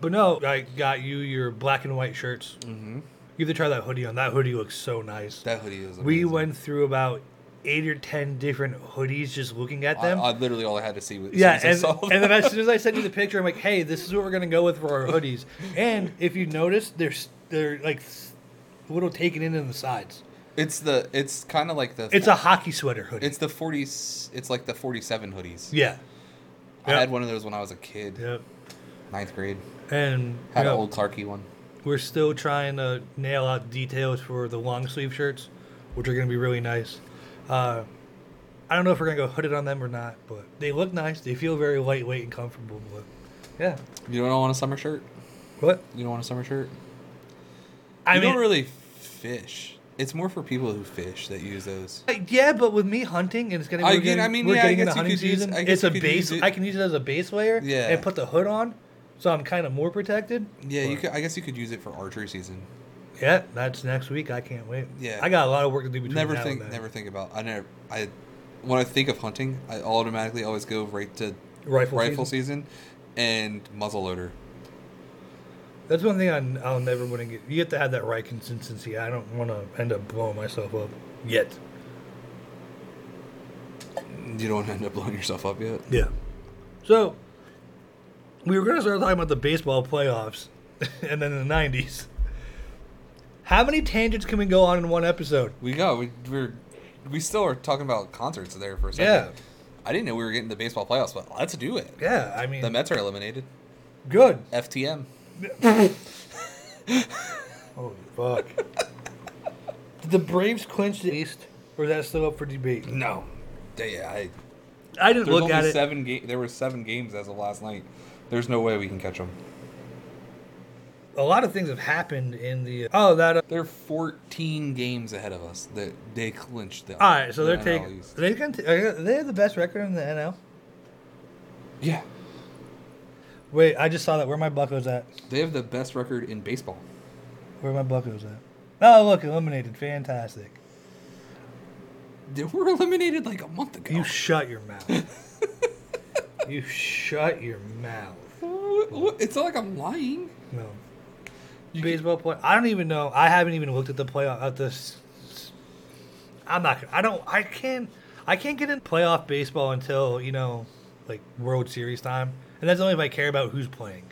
B: But no, I got you your black and white shirts. Mm-hmm. You have to try that hoodie on. That hoodie looks so nice.
A: That hoodie is. Amazing.
B: we went through about eight or ten different hoodies just looking at
A: I,
B: them.
A: I literally all I had to see was
B: yeah,
A: soon
B: and,
A: as I saw
B: and then as soon as I sent you the picture, I'm like, "Hey, this is what we're gonna go with for our hoodies." And if you notice, they're s- they're like s- a little taken in on the sides.
A: it's the it's kind of like the
B: It's a hockey sweater hoodie.
A: it's the 40s it's like the 47 hoodies.
B: yeah,
A: I
B: yeah.
A: had one of those when I was a kid,
B: yep.
A: ninth grade.
B: And
A: Had
B: yeah.
A: an old Clarky one.
B: We're still trying to nail out details for the long sleeve shirts, which are going to be really nice. Uh, I don't know if we're going to go hooded on them or not, but they look nice. They feel very lightweight and comfortable. But yeah,
A: You don't want a summer shirt?
B: what
A: You don't want a summer shirt?
B: I
A: you
B: mean,
A: don't really fish. It's more for people who fish that use those.
B: like, yeah, but with me hunting and it's going to
A: I
B: be
A: get-
B: getting,
A: I mean,
B: we're
A: yeah, I
B: getting in
A: guess you
B: the hunting
A: could use-
B: season.
A: I guess
B: it's
A: you
B: a
A: could
B: base.
A: use it-
B: I can use it as a base layer
A: Yeah.
B: and put the hood on, so I'm kind of more protected.
A: Yeah, you
B: But,
A: could, I guess you could use it for archery season.
B: Yeah, that's next week. I can't wait.
A: Yeah.
B: I got a lot of work to do between
A: Never
B: now
A: think,
B: and then.
A: never think about. I never. I when I think of hunting, I automatically always go right to
B: Rifle
A: rifle season, and muzzleloader.
B: That's one thing I, I'll never want to get. You have to have that right consistency. I don't want to end up blowing myself up yet.
A: You don't end up blowing yourself up yet.
B: Yeah. So we were going to start talking about the baseball playoffs and then the 90s. How many tangents can we go on in one episode?
A: We got we we're we still are talking about concerts there for a second.
B: Yeah.
A: I didn't know we were getting the baseball playoffs, but let's do it.
B: Yeah, I mean,
A: The Mets are eliminated.
B: good.
A: FTM.
B: Holy fuck. Did the Braves clinch the East, or is that still up for debate?
A: No. Yeah, I,
B: I didn't
A: there's
B: look
A: only
B: at it.
A: seven ga- There were seven games as of last night. There's no way we can catch them.
B: A lot of things have happened in the. Oh, that. Uh,
A: They're 14 games ahead of us. That they clinched the.
B: all right, so they're
A: the NL
B: taking.
A: East.
B: They can. T- are they have the best record in the NL.
A: Yeah,
B: Wait, I just saw that. Where my Buckos at?
A: they have the best record in baseball.
B: Where my Buckos at? Oh, look, eliminated. Fantastic.
A: They were eliminated like a month ago.
B: You shut your mouth. you shut your mouth.
A: What- what- it's not like I'm lying.
B: No. Baseball play. I don't even know. I haven't even looked at the playoff. At this. I'm not. I don't. I can't. I can't get in playoff baseball until you know, like World Series time, and that's only if I care about who's playing.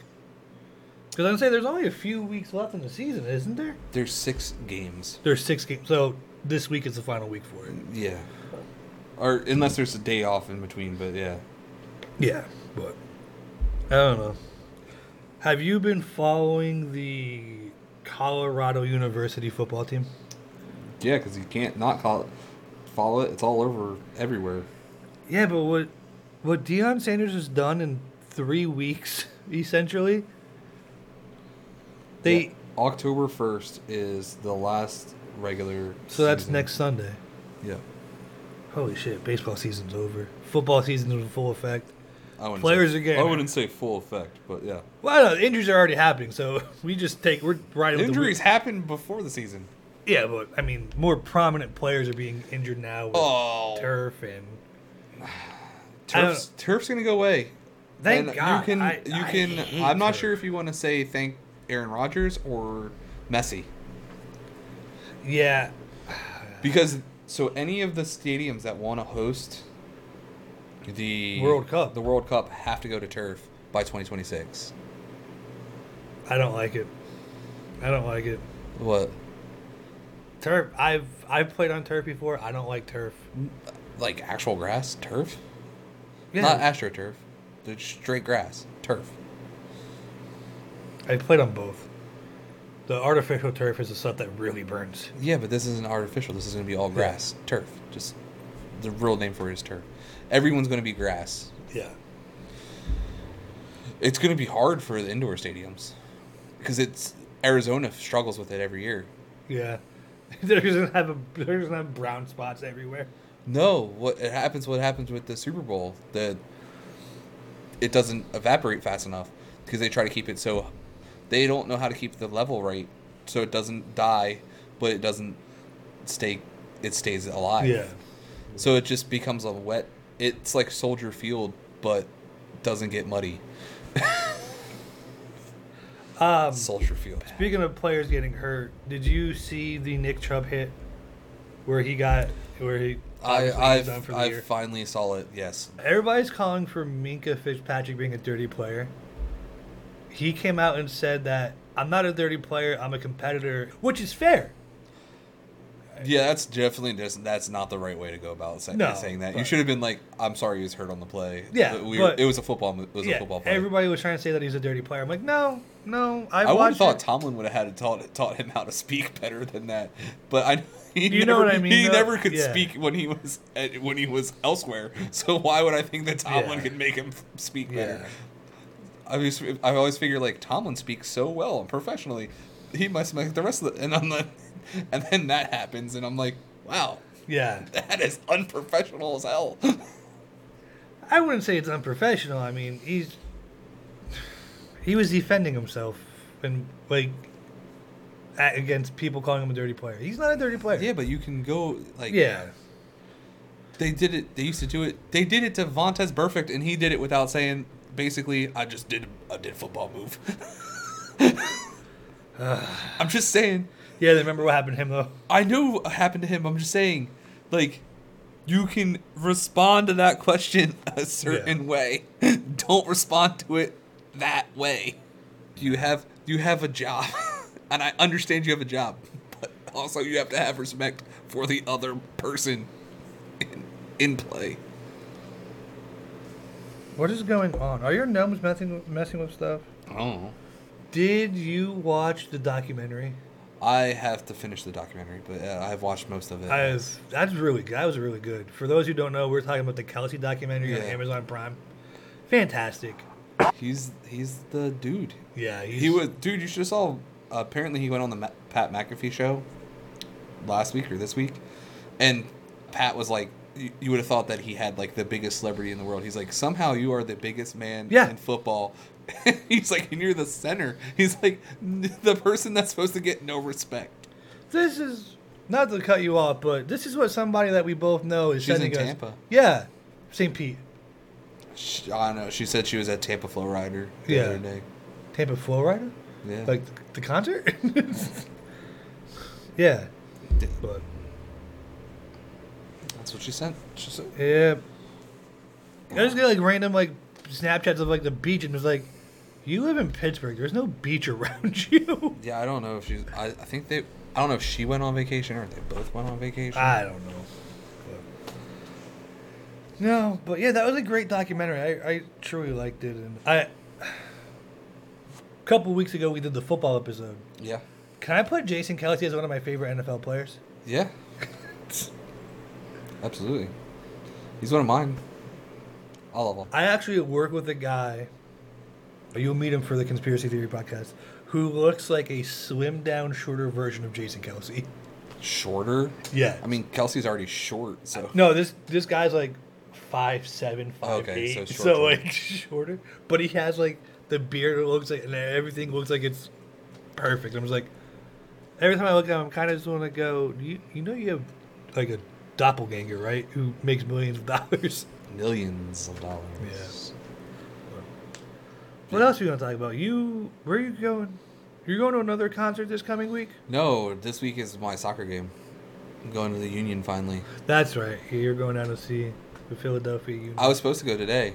B: Because I'm saying there's only a few weeks left in the season, isn't there?
A: There's six games.
B: There's six games, so this week is the final week for it.
A: Yeah, or unless there's a day off in between. But yeah,
B: Yeah, but I don't know. Have you been following the Colorado University football team?
A: yeah, because you can't not call it, follow it. It's all over everywhere.
B: Yeah, but what what Deion Sanders has done in three weeks, essentially, they
A: Yeah. October first is the last regular.
B: so that's
A: season.
B: next Sunday.
A: Yeah,
B: Holy shit! Baseball season's over. Football season's in full effect.
A: I wouldn't
B: Players
A: say,
B: are getting
A: I
B: hurt.
A: wouldn't say full effect, but yeah,
B: Well, I don't know, injuries are already happening, so we just take we're right with the
A: injuries happen before the season.
B: Yeah, but I mean, more prominent players are being injured now with
A: Oh.
B: turf and I don't-
A: Turf's, turf's gonna go away.
B: Thank
A: And
B: God.
A: You can.
B: I-
A: you
B: I
A: can.
B: hate
A: I'm not
B: turf.
A: sure if you want to say thank Aaron Rodgers or Messi
B: Yeah,
A: because so any of the stadiums that want to host the
B: World Cup.
A: the World Cup, have to go to turf by 2026.
B: I don't like it. I don't like it.
A: What?
B: Turf. I've I've played on turf before. I don't like turf.
A: Like actual grass turf?
B: Yeah,
A: Not astroturf. They're straight grass turf.
B: I played on both. The artificial turf is the stuff that really burns.
A: Yeah, but this isn't artificial. This is going to be all grass turf. Just the real name for it is turf. Everyone's going to be grass.
B: Yeah.
A: It's going to be hard for the indoor stadiums because it's Arizona struggles with it every year.
B: Yeah. they're just gonna have a, they're just gonna have brown spots everywhere.
A: No, what it happens? What happens with the Super Bowl that it doesn't evaporate fast enough because they try to keep it so they don't know how to keep the level right, so it doesn't die, but it doesn't stay. It stays alive.
B: Yeah.
A: So it just becomes a wet. It's like Soldier Field, but doesn't get muddy.
B: Um,
A: Soldier Field.
B: speaking of players getting hurt, did you see the Nick Chubb hit where he got where he
A: I
B: obviously he was
A: I've-
B: done for the
A: I
B: year?
A: finally saw it. Yes.
B: Everybody's calling for Minka Fitzpatrick being a dirty player. He came out and said that I'm not a dirty player. I'm a competitor, which is fair.
A: Yeah, that's definitely just that's not the right way to go about saying,
B: No,
A: saying that. You
B: but-
A: should have been like, "I'm sorry, he was hurt on the play."
B: Yeah,
A: we
B: but-
A: it was a football. mo- It was a
B: yeah,
A: football play.
B: everybody was trying to say that he's a dirty player. I'm like, no, no. I've
A: I would have
B: watched
A: thought
B: it.
A: Tomlin would have had to taught taught him how to speak better than that, but I he
B: You know
A: never,
B: what I mean,
A: He
B: though?
A: never could
B: Yeah.
A: speak when he was at, when he was elsewhere. So why would I think that Tomlin
B: Yeah.
A: could make him f- speak better?
B: Yeah.
A: I always I always figure like Tomlin speaks so well and professionally, he must make the rest of the and I'm like, and then that happens and I'm like, wow,
B: Yeah,
A: that is unprofessional as hell.
B: I wouldn't say it's unprofessional. I mean, he's he was defending himself and like a against people calling him a dirty player. He's not a dirty player.
A: yeah, but you can go like
B: yeah.
A: They did it. They used to do it. They did it to Vontez Perfect, and he did it without saying. Basically, I just did. I did football move. I'm just saying.
B: Yeah, they remember what happened to him though.
A: I know what happened to him. I'm just saying, like, you can respond to that question a certain way. Don't respond to it that way. You have you have a job, and I understand you have a job, but also you have to have respect for the other person in, in play.
B: What is going on? Are your gnomes messing messing with stuff?
A: Oh.
B: Did you watch the documentary?
A: I have to finish the documentary, but uh, I've watched most of it.
B: I was, that's really good. That was really good. For those who don't know, we're talking about the Kelsey documentary on
A: Yeah.
B: Amazon Prime. Fantastic.
A: he's he's the dude.
B: Yeah, he's,
A: He was dude. You should have saw. apparently, he went on the Ma- Pat McAfee show last week or this week, and Pat was like, you, you would have thought that he had like the biggest celebrity in the world. He's like, somehow you are the biggest man
B: Yeah.
A: in football. he's like, and you're the center. He's like, "N- the person that's supposed to get no respect.
B: This is not to cut you off, but this is what somebody that we both know is
A: She's
B: sending
A: in
B: us-
A: Tampa.
B: Yeah, St. Pete,
A: She, I don't know. She said she was at Tampa Flow Rider the
B: Yeah.
A: other day.
B: Tampa Florida,
A: Yeah.
B: like the, the concert. yeah, but
A: that's what she sent. She said.
B: yeah, I just get like random like Snapchats of like the beach, and it's like, you live in Pittsburgh. There's no beach around you.
A: Yeah, I don't know if she's. I, I think they. I don't know if she went on vacation or they both went on vacation.
B: I don't know. But- No, but yeah, that was a great documentary. I, I truly liked it, and I. A couple weeks ago, we did the football episode.
A: yeah.
B: Can I put Jason Kelsey as one of my favorite NFL players?
A: Yeah. Absolutely. He's one of mine. I love him.
B: I actually work with a guy. You'll meet him for the conspiracy theory podcast. Who looks like a slimmed down, shorter version of Jason Kelsey?
A: Shorter.
B: Yeah.
A: I mean, Kelsey's already short, so
B: No, this this guy's like five seven, five
A: Okay,
B: eight.
A: so
B: so,
A: shorter.
B: like shorter, but he has like the beard. It looks like and everything looks like it's perfect. I'm just like, every time I look at him, I'm kind of just want to go. You you know you have like a doppelganger, right? Who makes millions of dollars.
A: millions of dollars.
B: What else are you gonna talk about? You where are you going? You're going to another concert this coming week.
A: No, this week is my soccer game. I'm going to the Union finally.
B: That's right. You're going down to see the Philadelphia Union.
A: I was supposed to go today,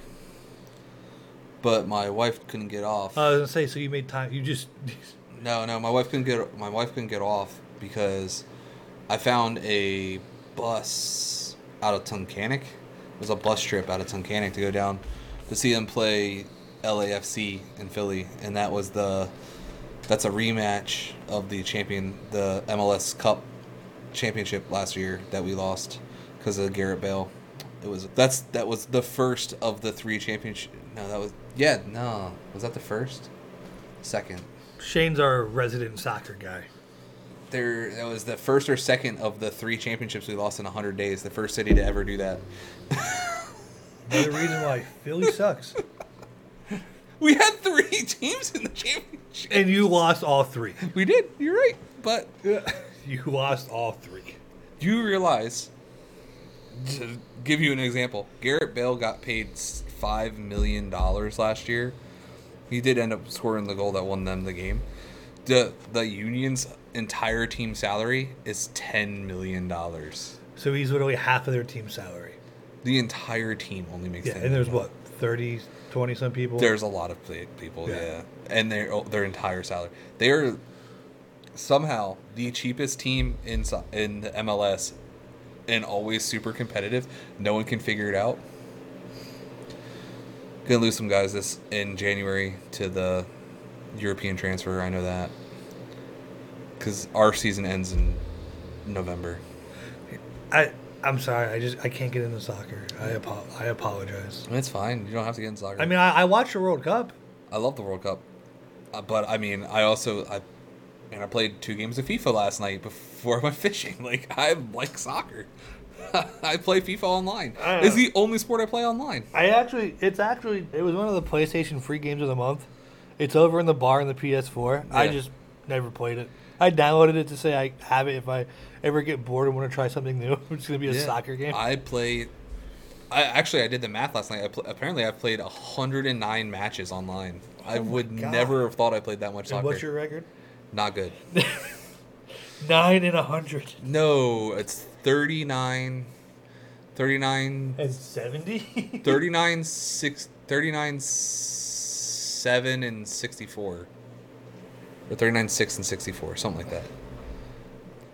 A: but my wife couldn't get off.
B: I was gonna say, so you made time. You just
A: No, no, my wife couldn't get my wife couldn't get off because I found a bus out of Tunkhannock. It was a bus trip out of Tunkhannock to go down to see them play LAFC in Philly, and that was the that's a rematch of the champion the MLS Cup championship last year that we lost because of Garrett Bale. It was that's that was the first of the three championship. No, that was yeah no was that the first, second.
B: Shane's our resident soccer guy.
A: there that was the first or second of the three championships we lost in 100 days. The first city to ever do that.
B: Another reason why Philly sucks.
A: We had three teams in the championship.
B: And you lost all three.
A: We did. You're right. But
B: You lost all three.
A: do you realize? To give you an example, Garrett Bale got paid s- five million dollars last year. He did end up scoring the goal that won them the game. The the Union's entire team salary is ten million dollars.
B: So he's literally half of their team salary.
A: The entire team only makes.
B: Yeah,
A: $10
B: and there's
A: million.
B: what, 30, 20 some people?
A: There's a lot of pla- people, yeah,
B: Yeah.
A: and their oh, their entire salary. They are somehow the cheapest team in so- in the MLS, and always super competitive. No one can figure it out. Gonna lose some guys this in January to the European transfer. I know that because our season ends in November.
B: I, I'm sorry. I just I can't get into soccer. I apo- I apologize.
A: It's fine. You don't have to get in soccer.
B: I mean, I, I watched the World Cup.
A: I love the World Cup, uh, but I mean, I also I and I played two games of FIFA last night before I went fishing. Like I like soccer. I play FIFA online.
B: I don't
A: It's
B: know.
A: the only sport I play online.
B: I actually, it's actually, it was one of the PlayStation free games of the month. It's over in the bar in the PS4. I
A: Yeah.
B: just never played it. I downloaded it to say I have it if I ever get bored and want to try something new. It's gonna be a soccer game.
A: I play. I actually I did the math last night. I pl- apparently I've played 109 matches online. I would
B: Oh God.
A: never have thought I played that much
B: And
A: soccer.
B: what's your record?
A: Not good.
B: Nine and a hundred
A: No, it's 39 39
B: and seventy.
A: 39 six 39 7 and 64 or 39 6 and 64 something like that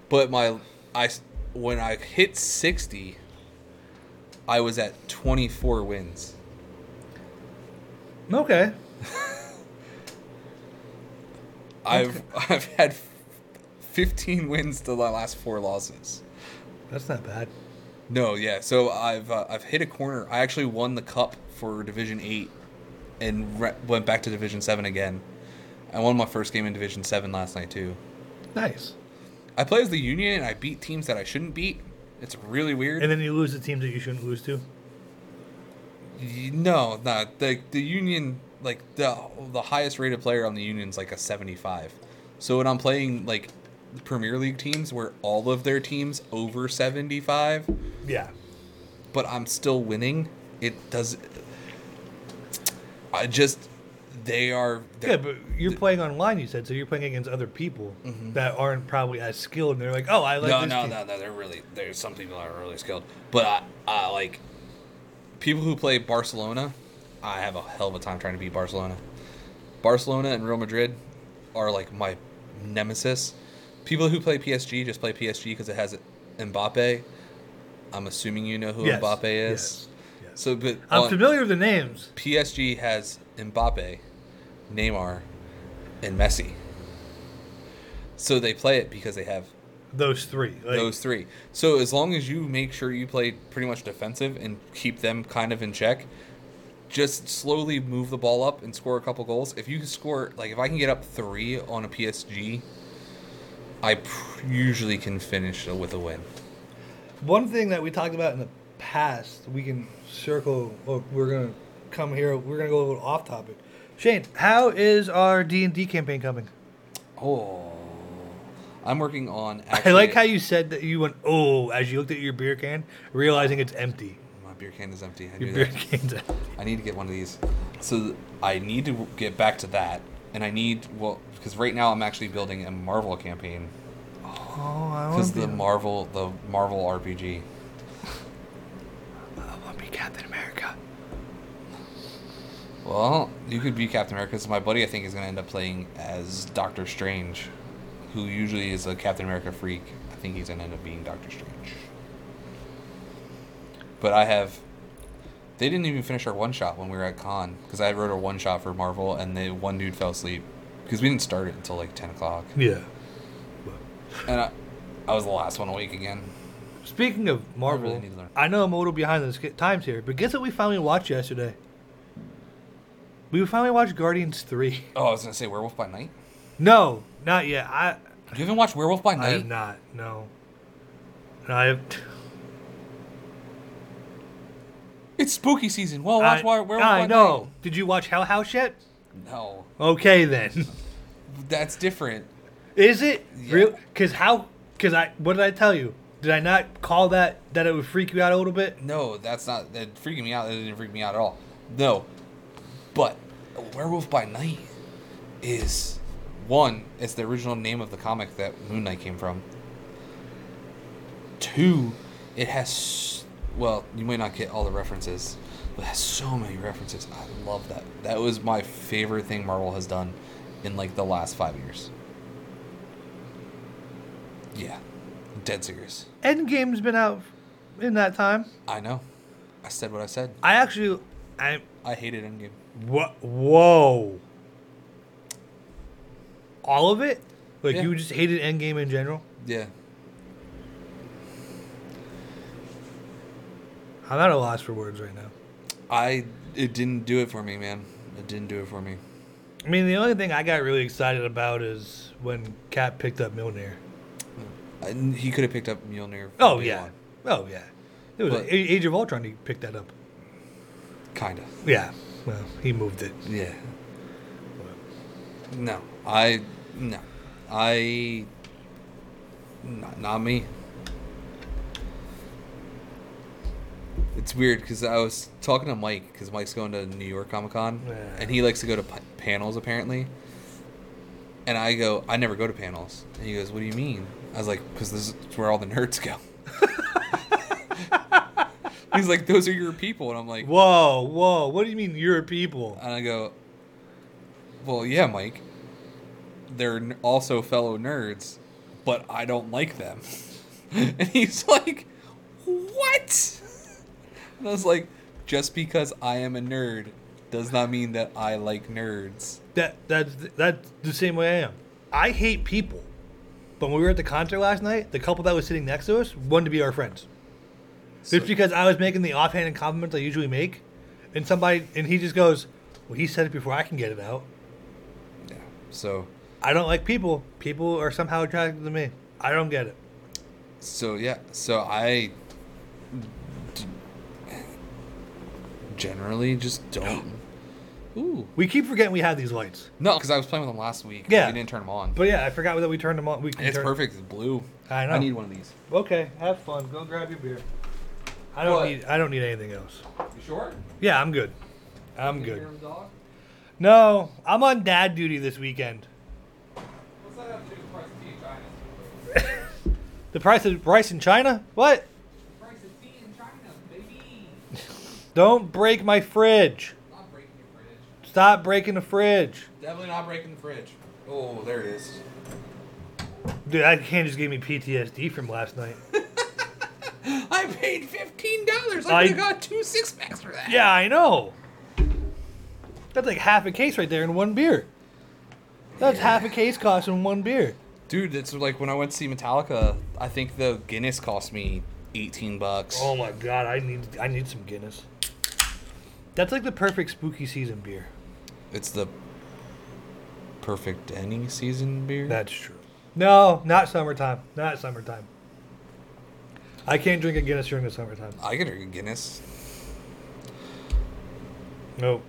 A: but my i s- when i hit 60 i was at 24 wins
B: okay.
A: i've i've had 15 wins to my last four losses
B: That's not bad.
A: No, yeah. So I've uh, I've hit a corner. I actually won the cup for Division Eight, and re- went back to Division Seven again. I won my first game in Division Seven last night too.
B: Nice.
A: I play as the Union and I beat teams that I shouldn't beat. It's really weird.
B: And then you lose the teams that you shouldn't lose to.
A: Y- no, not the the Union. Like the the highest rated player on the Union's like a seventy five. So when I'm playing like Premier League teams where all of their teams over seventy five,
B: Yeah.
A: but I'm still winning. It does. I just they are.
B: Yeah, but you're playing online. You said so. You're playing against other people that aren't probably as skilled, and they're like, "Oh, I like
A: no,
B: this
A: no,
B: team."
A: no, no. They're really. There's some people that are really skilled, but I, I like people who play Barcelona. I have a hell of a time trying to beat Barcelona. Barcelona and Real Madrid are like my nemesis. People who play PSG just play PSG because it has Mbappe. I'm assuming you know who
B: Yes,
A: Mbappe is.
B: yes, yes.
A: So, but
B: I'm
A: on-
B: familiar with the names.
A: PSG has Mbappe, Neymar, and Messi. So they play it because they have
B: Those three. Like,
A: those three. So as long as you make sure you play pretty much defensive and keep them kind of in check, just slowly move the ball up and score a couple goals. If you can score, like if I can get up three on a PSG, I pr- usually can finish with a win.
B: One thing that we talked about in the past, we can circle. Well, we're gonna come here. We're gonna go a little off topic. Shane, how is our D and D campaign coming?
A: Oh, I'm working on.
B: I like how you said that you went oh as you looked at your beer can, realizing it's empty.
A: my beer can is empty. I
B: Your
A: knew
B: beer
A: that.
B: can's empty.
A: I need to get one of these. So th- I need to get back to that, and I need well because right now I'm actually building a Marvel campaign
B: Oh, I
A: because
B: want to
A: the
B: be.
A: Marvel the Marvel RPG.
B: I want to be Captain America.
A: Well, you could be Captain America. Because my buddy I think is gonna end up playing as Doctor Strange, who usually is a Captain America freak. I think he's gonna end up being Doctor Strange. But I have. They didn't even finish our one shot when we were at con because I wrote a one shot for Marvel and the one dude fell asleep because we didn't start it until like ten o'clock.
B: Yeah.
A: And I, I was the last one awake again.
B: Speaking of Marvel, I,
A: need to learn.
B: know I'm a little behind the sk- times here, but guess what we finally watched yesterday? We finally watched Guardians 3.
A: Oh, I was gonna say Werewolf by Night.
B: No, not yet. I
A: You haven't watched Werewolf by
B: I
A: Night?
B: have not. No. No, I have.
A: It's spooky season. Well,
B: I,
A: watch Were- Werewolf by
B: I know.
A: Night.
B: Did you watch Hell House yet?
A: No,
B: Okay then.
A: that's different.
B: Is it
A: Yeah.
B: real? Because how? Because I what did I tell you? Did I not call that that it would freak you out a little bit?
A: No, that's not that freaking me out. That didn't freak me out at all. No, but Werewolf by Night is one. It's the original name of the comic that Moon Knight came from. Two, it has well, you might not get all the references, but it has so many references. I love that. That was my favorite thing Marvel has done in like the last five years. Yeah, dead serious.
B: Endgame's been out in that time.
A: I know. I said what I said.
B: I actually, I
A: I hated Endgame.
B: what? Whoa! All of it? Like
A: Yeah.
B: you just hated Endgame in general?
A: Yeah.
B: I'm at a loss for words right now.
A: I it didn't do it for me, man. It didn't do it for me.
B: I mean, the only thing I got really excited about is when Cap picked up Milner.
A: I, he could have picked up Mjolnir. from
B: Oh
A: day
B: yeah,
A: one.
B: oh yeah. It was
A: But-
B: A- Age of Ultron. He picked that up.
A: Kinda.
B: Yeah. Well, he moved it.
A: Yeah. No, I no, I not not me. It's weird because I was talking to Mike because Mike's going to New York Comic Con
B: Yeah.
A: and he likes to go to p- panels apparently. And I go, I never go to panels. And he goes, What do you mean? I was like, Because this is where all the nerds go. He's like, Those are your people. And I'm like,
B: Whoa, whoa! What do you mean you're people?
A: And I go, Well, yeah, Mike. They're n- also fellow nerds, but I don't like them. and he's like, What? And I was like, Just because I am a nerd does not mean that I like nerds.
B: That that's that's the same way I am. I hate people. But when we were at the concert last night, the couple that was sitting next to us wanted to be our friends.
A: So,
B: it's because I was making the offhanded compliments I usually make, and somebody and he just goes, "Well, he said it before I can get it out.
A: yeah. so,
B: I don't like people. People are somehow attracted to me. I don't get it."
A: so yeah, so I d- generally just don't. Ooh.
B: We keep forgetting we have these lights.
A: No, because I was playing with them last week.
B: Yeah.
A: We didn't turn them on.
B: But yeah, I forgot that we turned them on. We can
A: It's
B: turn-
A: perfect. It's blue.
B: I know.
A: I need one of these.
B: Okay, have fun. Go grab your beer. I don't
A: What?
B: need. I don't need anything else.
A: You sure?
B: Yeah, I'm good. I'm good. No, I'm on dad duty this weekend. The price of rice in China? What? Don't break my fridge. Stop breaking the fridge.
A: Definitely not breaking the fridge. Oh, there it is.
B: Dude, that can just gave me PTSD from last night.
A: I paid fifteen dollars.
B: I-
A: I could have got two six packs for that.
B: yeah, I know. That's like half a case right there in one beer. That's half a case cost in one beer.
A: dude, that's like when I went to see Metallica. I think the Guinness cost me eighteen bucks.
B: Oh my god, I need I need some Guinness. That's like the perfect spooky season beer.
A: It's the perfect any season beer.
B: That's true. No, not summertime. Not summertime. I can't drink a Guinness during the summertime.
A: I could drink a Guinness.
B: Nope.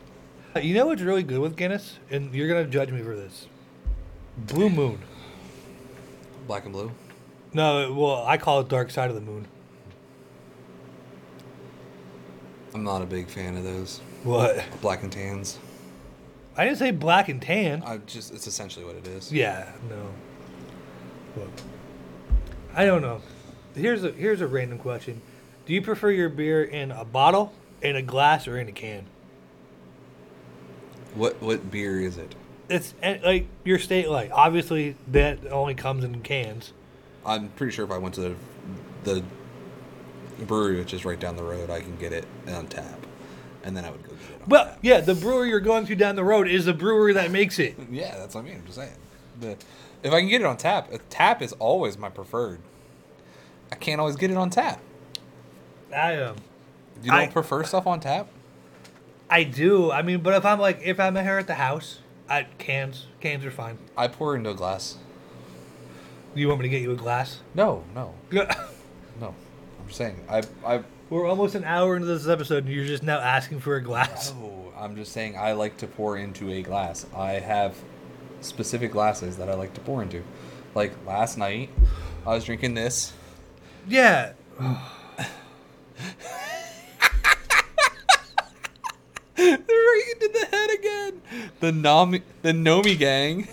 B: Uh, You know what's really good with Guinness, and you're gonna judge me for this. Blue Moon.
A: Black and blue.
B: No, well, I call it Dark Side of the Moon.
A: I'm not a big fan of those.
B: What?
A: Black and tans.
B: I didn't say black and tan.
A: I just it's essentially what it is.
B: Yeah, no. But I don't know. Here's a here's a random question. Do you prefer your beer in a bottle, in a glass, or in a can?
A: What what beer is it?
B: It's eh, like your state light. Obviously, that only comes in cans.
A: I'm pretty sure if I went to the, the brewery, which is right down the road, I can get it on tap, and then I would go get it. On
B: Well,
A: tap.
B: yeah, the brewery you're going to down the road is the brewery that makes it.
A: yeah, that's what I mean. I'm just saying. The, if I can get it on tap, a tap is always my preferred. I can't always get it on tap.
B: I um,
A: You don't
B: I-
A: prefer stuff on tap?
B: I do. I mean, but if I'm like, if I'm here at the house, I cans cans are fine.
A: I pour into a glass.
B: You want me to get you a glass?
A: No, no,
B: We're
A: no. I'm just saying. I, I.
B: almost an hour into this episode, and you're just now asking for a glass.
A: Oh, I'm just saying. I like to pour into a glass. I have specific glasses that I like to pour into. Like last night, I was drinking this.
B: Yeah.
A: They're right into the head again. The Nami, the Nomi gang.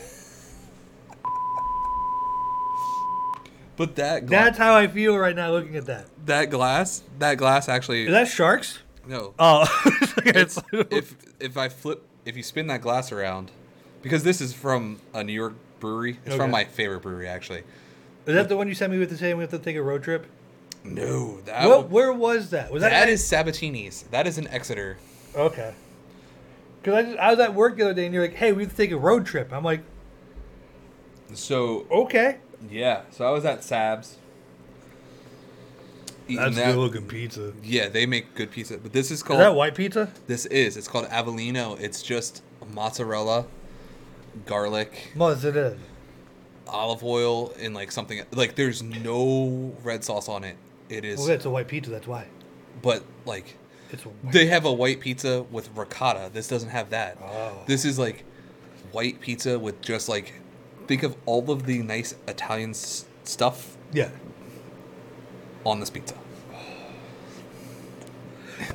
A: but that gla-
B: That's how I feel right now looking at that.
A: that glass, that glass actually
B: Is that sharks?
A: no.
B: Oh.
A: It's- if if I flip, if you spin that glass around, because this is from a New York brewery. It's
B: Okay.
A: from my favorite brewery actually.
B: Is that the one you sent me with the saying we have to take a road trip?
A: No, that
B: What,
A: w-
B: where was that? Was that,
A: that is Sabatini's. That is in Exeter.
B: okay? Because I, just- I was at work the other day and you're like, "Hey, we have to take a road trip." I'm like,
A: So
B: "Okay."
A: yeah, so I was at Sab's. eating that-
B: looking pizza. Is
A: Yeah, they make good pizza, but this is called
B: that white pizza?
A: This is. It's called Avellino. It's just mozzarella, garlic,
B: Yes, it is.
A: olive oil, and like something like there's no red sauce on it. It is,
B: Well, it's a white pizza. That's why.
A: but like
B: It's a white.
A: they have a white pizza with ricotta. This doesn't have that.
B: Oh.
A: This is like white pizza with just like think of all of the nice Italian s- stuff
B: yeah.
A: on this pizza.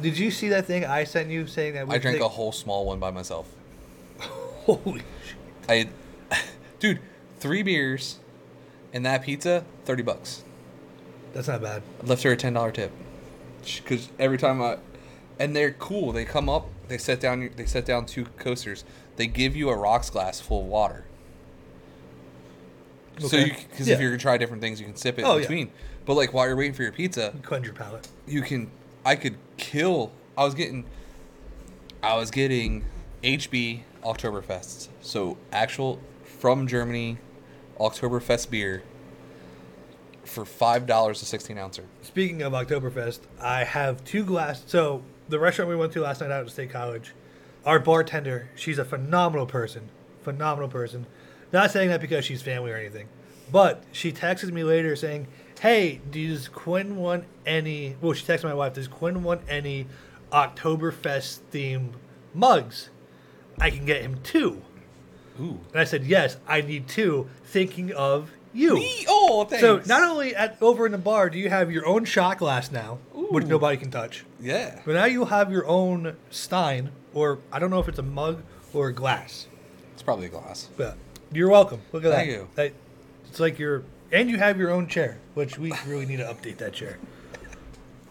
B: Did you see that thing I sent you saying that we
A: I drank
B: take-
A: a whole small one by myself.
B: holy. shit.
A: I, dude, three beers, and that pizza, thirty bucks.
B: That's not bad.
A: left her a ten dollar tip because every time I and they're cool. They come up, they set down, they set down two coasters. They give you a rocks glass full of water. So
B: Okay.
A: you because
B: Yeah.
A: if you're gonna try different things, you can sip it
B: Oh,
A: in
B: yeah.
A: between. But like while you're waiting for your pizza,
B: Cleanse your palate.
A: you can. I could kill. I was getting. I was getting HB Oktoberfests. So actual from Germany Oktoberfest beer for five dollars a sixteen ouncer.
B: Speaking of Oktoberfest, I have two glasses. So the restaurant we went to last night out at State College, our bartender, she's a phenomenal person, phenomenal person. Not saying that because she's family or anything, but she texted me later saying, "Hey, does Quinn want any?" Well, she texted my wife, "Does Quinn want any Oktoberfest themed mugs? I can get him two."
A: Ooh.
B: And I said, "Yes, I need two." Thinking of you.
A: Oh, thanks.
B: So not only at over in the bar do you have your own shot glass now, which
A: Ooh.
B: nobody can touch,
A: yeah,
B: but now you have your own stein, or I don't know if it's a mug or a glass.
A: it's probably a glass.
B: But you're welcome. Look at
A: Thank
B: that.
A: you.
B: That- It's like your and you have your own chair, which we really need to update that chair.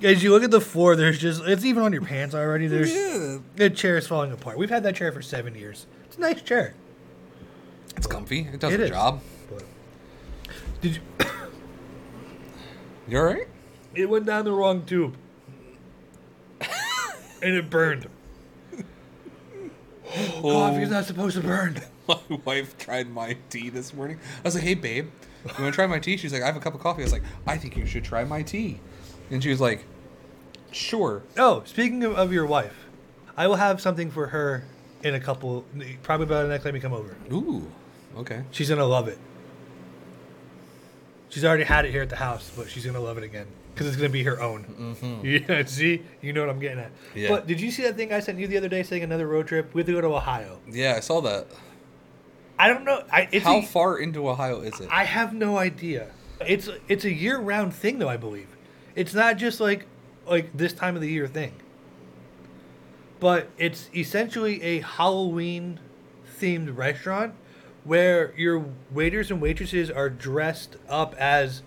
B: As you look at the floor, there's just it's even on your pants already. There's
A: Yeah.
B: the chair is falling apart. We've had that chair for seven years. It's a nice chair.
A: It's comfy. It does
B: It
A: the
B: is.
A: job.
B: But did you?
A: You all right?
B: It went down the wrong tube. and it burned.
A: Oh,
B: Coffee's not supposed to burn.
A: my wife tried my tea this morning. I was like, "Hey, babe, you want to try my tea?" She's like, "I have a cup of coffee." I was like, "I think you should try my tea," and she was like, "Sure."
B: Oh, speaking of, of your wife, I will have something for her in a couple, probably by the next time you come over.
A: Ooh, okay.
B: She's going to love it. She's already had it here at the house, but she's going to love it again because it's going to be her own. Yeah, see? You know what I'm getting at.
A: Yeah.
B: But did you see that thing I sent you the other day saying another road trip? We have to go to Ohio.
A: Yeah, I saw that.
B: I don't know. I, it's e-
A: How
B: a-
A: far into Ohio is it?
B: I have no idea. It's it's a year round thing though, I believe. It's not just like like this time of the year thing. But it's essentially a Halloween themed restaurant where your waiters and waitresses are dressed up as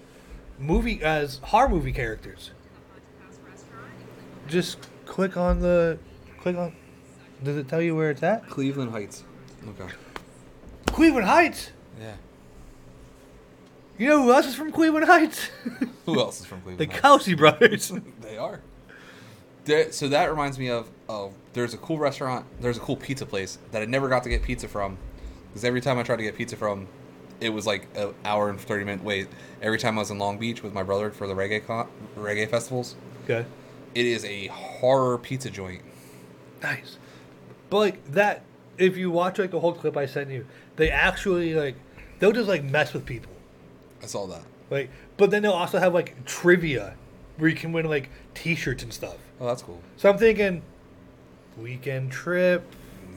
B: movie as horror movie characters. Just click on the click on does it tell you where it's at?
A: Cleveland Heights. Okay.
B: Cleveland Heights.
A: Yeah.
B: You know who else is from Cleveland Heights?
A: Who else is from
B: the
A: Cleveland? Heights?
B: Kelsey brothers.
A: They are. There, so that reminds me of, of there's a cool restaurant, there's a cool pizza place that I never got to get pizza from, because every time I tried to get pizza from, it was like an hour and thirty minute wait. Every time I was in Long Beach with my brother for the reggae con- reggae festivals,
B: Okay.
A: it is a horror pizza joint.
B: Nice. But like that, if you watch like the whole clip I sent you, they actually like they'll just like mess with people.
A: I saw that.
B: Like, but then they'll also have like trivia where you can win like T-shirts and stuff.
A: Oh, that's cool.
B: So I'm thinking, weekend trip.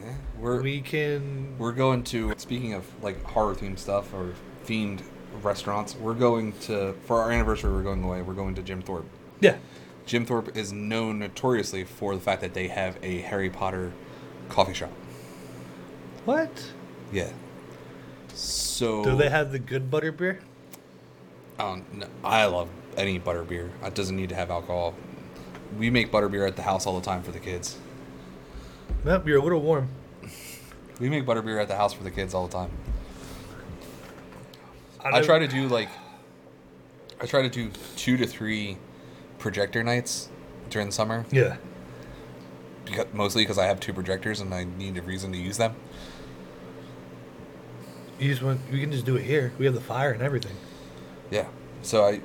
A: Yeah, we're
B: We can.
A: we're going to speaking of like horror themed stuff or themed restaurants. We're going to for our anniversary. We're going away. We're going to Jim Thorpe.
B: Yeah.
A: Jim Thorpe is known notoriously for the fact that they have a Harry Potter coffee shop.
B: What?
A: Yeah. So
B: Do they have the good butter beer?
A: Um, no, I love any butter beer. It doesn't need to have alcohol. We make butter beer at the house all the time for the kids.
B: Nope, you're a little warm.
A: We make butter beer at the house for the kids all the time. I
B: don't-
A: try to do like, I try to do two to three projector nights during the summer,
B: Yeah.
A: because, mostly because I have two projectors and I need a reason to use them.
B: You just want. We can just do it here. We have the fire and everything.
A: Yeah. So I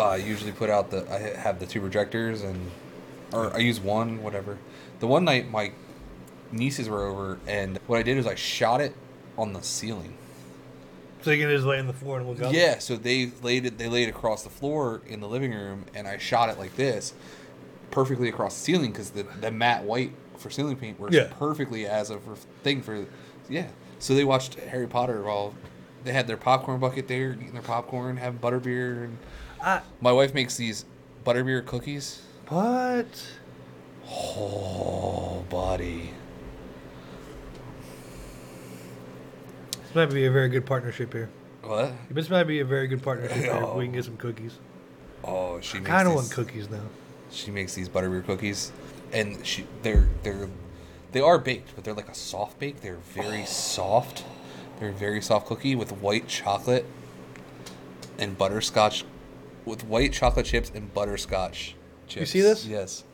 A: uh, usually put out the I ha- have the two projectors and or I use one whatever. The one night my nieces were over and what I did is I shot it on the ceiling.
B: So you can just lay on the floor and look up.
A: Yeah, so they laid it they laid across the floor in the living room and I shot it like this perfectly across the ceiling cuz the the matte white for ceiling paint works
B: Yeah.
A: perfectly as a for thing for yeah. So they watched Harry Potter while they had their popcorn bucket there eating their popcorn, having butterbeer and
B: I,
A: my wife makes these butterbeer cookies.
B: what?
A: Oh, buddy.
B: This might be a very good partnership here.
A: What?
B: This might be a very good partnership here. if We can
A: Oh.
B: get some cookies.
A: Oh, she makes
B: Kind of
A: these,
B: want cookies now.
A: She makes these butterbeer cookies, and she they're they're they are baked, but they're like a soft bake. They're very soft. They're a very soft cookie with white chocolate and butterscotch, with white chocolate chips and butterscotch chips.
B: see this?
A: Yes.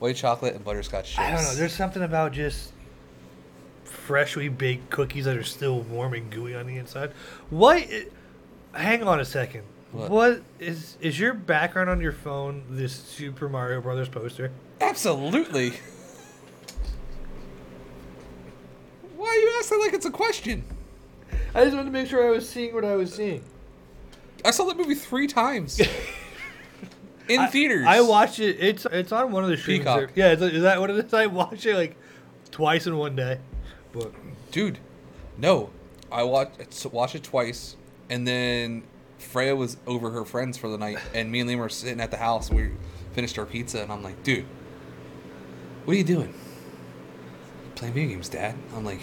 A: White chocolate and butterscotch chips.
B: I don't know. There's something about just freshly baked cookies that are still warm and gooey on the inside. What? i- Hang on a second.
A: What?
B: what is is your background on your phone? This Super Mario Brothers poster.
A: Absolutely. Why are you asking like it's a question?
B: I just wanted to make sure I was seeing what I was seeing.
A: I saw that movie three times in theaters.
B: I watched it. It's it's on one of the streams.
A: Peacock.
B: Yeah, is, is that what it is? I watched it like twice in one day. But
A: dude. No, I watched it's- watched it twice, and then Freya was over her friends for the night, and me and Liam were sitting at the house. We finished our pizza, and I'm like, dude, what are you doing? Playing video games, Dad. I'm like,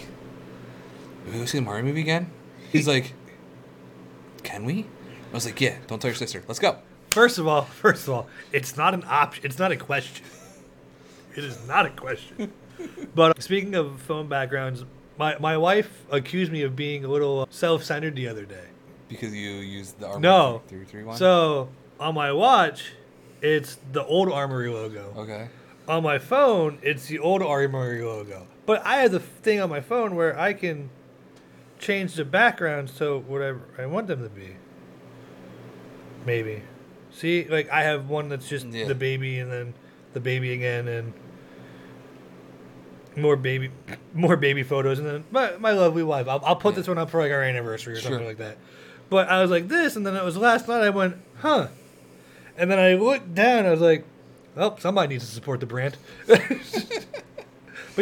A: we go see the Mario movie again? He's like, can we? I was like, yeah. Don't tell your sister. Let's go.
B: first of all, first of all, it's not an option. It's not a question. It is not a question. but uh, speaking of phone backgrounds, my my wife accused me of being a little uh, self-centered the other day.
A: Because you used the armor
B: No.
A: three three one.
B: So on my watch, it's the old Armory logo.
A: okay.
B: on my phone, it's the old Armory logo. But I have the thing on my phone where I can change the backgrounds to whatever I want them to be. Maybe. See, like I have one that's just
A: Yeah.
B: the baby and then the baby again and more baby more baby photos and then my, my lovely wife. I'll, I'll put
A: Yeah.
B: this one up for like our anniversary or something
A: Sure.
B: like that. But I was like this and then it was last night I went, "Huh." And then I looked down. I was like, "Well, somebody needs to support the brand." but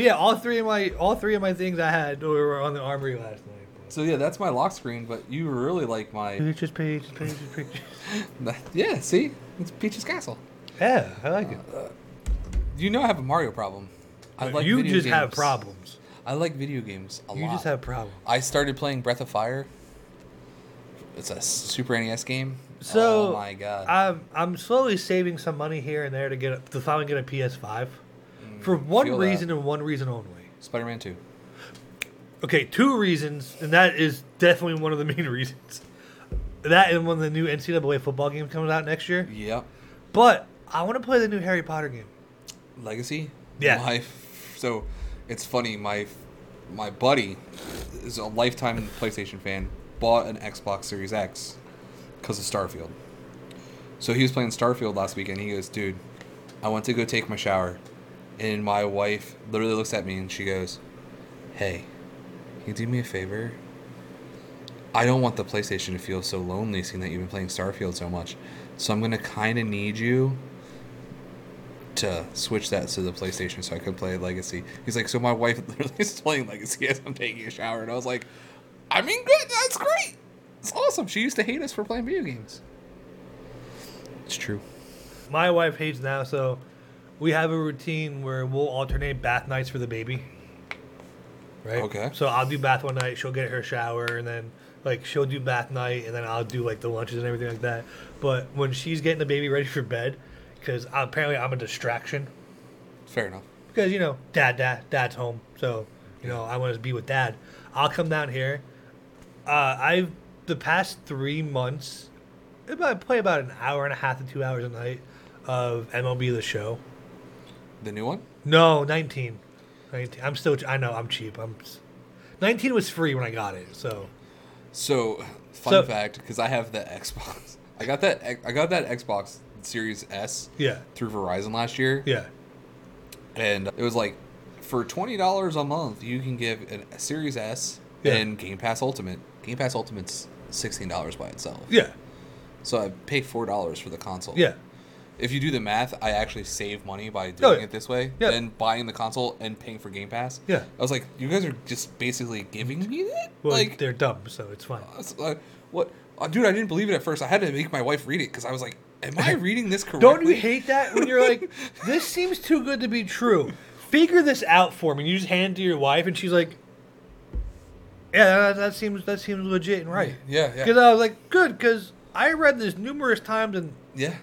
B: yeah, all three of my all three of my things I had were on the armory last night.
A: So yeah, that's my lock screen. But you really like my.
B: Pages, pages, pages, pages. Mm-hmm.
A: Yeah. See, it's Peach's Castle.
B: Yeah, I like it.
A: You know I have a Mario problem. I like
B: you
A: video
B: just have
A: games.
B: problems.
A: I like video games a
B: You
A: lot.
B: just have problems.
A: I started playing Breath of Fire. It's a Super NES game.
B: So
A: oh my god.
B: I'm I'm slowly saving some money here and there to get a, to finally get a PS5, for one
A: Mm, feel that.
B: reason and one reason only.
A: Spider-Man 2.
B: Okay, two reasons, and that is definitely one of the main reasons. That and when the new NCAA football game comes out next year.
A: Yep.
B: But I want to play the new Harry Potter game.
A: Legacy.
B: Yeah.
A: My, f- so, it's funny. My my buddy is a lifetime PlayStation fan. Bought an Xbox Series X because of Starfield. So he was playing Starfield last weekend. He goes, "Dude, I went to go take my shower, and my wife literally looks at me and she goes, "Hey, can you do me a favor? I don't want the PlayStation to feel so lonely seeing that you've been playing Starfield so much. So I'm gonna kind of need you to switch that to the PlayStation so I could play Legacy. He's like, so my wife literally is playing Legacy as I'm taking a shower, and I was like, I mean, good, that's great, it's awesome. She used to hate us for playing video games. It's true.
B: My wife hates now, so we have a routine where we'll alternate bath nights for the baby. Right.
A: Okay.
B: So I'll do bath one night. She'll get her shower, and then like she'll do bath night, and then I'll do like the lunches and everything like that. But when she's getting the baby ready for bed, because apparently I'm a distraction.
A: Fair enough.
B: Because you know, dad, dad, dad's home, so you know I want to be with dad. I'll come down here. Uh, I've the past three months, about play about an hour and a half to two hours a night of MLB the Show.
A: The new one?
B: No, 19. 19. I'm still. I know I'm cheap. I'm. s- 19 was free when I got it, so
A: So, fun
B: So-
A: fact, because I have the Xbox. I got that. I got that Xbox Series S
B: yeah,
A: through Verizon last year,
B: yeah,
A: and it was like for twenty dollars a month, you can give an- a Series S
B: Yeah.
A: and Game Pass Ultimate. Game Pass Ultimate's sixteen dollars by itself.
B: yeah,
A: So I pay four dollars for the console.
B: yeah.
A: If you do the math, I actually save money by
B: Oh,
A: doing
B: yeah.
A: it this way
B: Yeah.
A: than buying the console and paying for Game Pass.
B: Yeah.
A: I was like, you guys are just basically giving me that.
B: Well,
A: like
B: they're dumb, so it's fine.
A: That's- uh, what, uh, dude? I didn't believe it at first. I had to make my wife read it because I was like, "Am I reading this correctly?"
B: Don't you hate that when you're like, this seems too good to be true? Figure this out for me. And you just hand it to your wife, and she's like, yeah, that, that seems that seems legit and right.
A: Yeah, yeah.
B: Because I was like, good, because I read this numerous times, and
A: Yeah,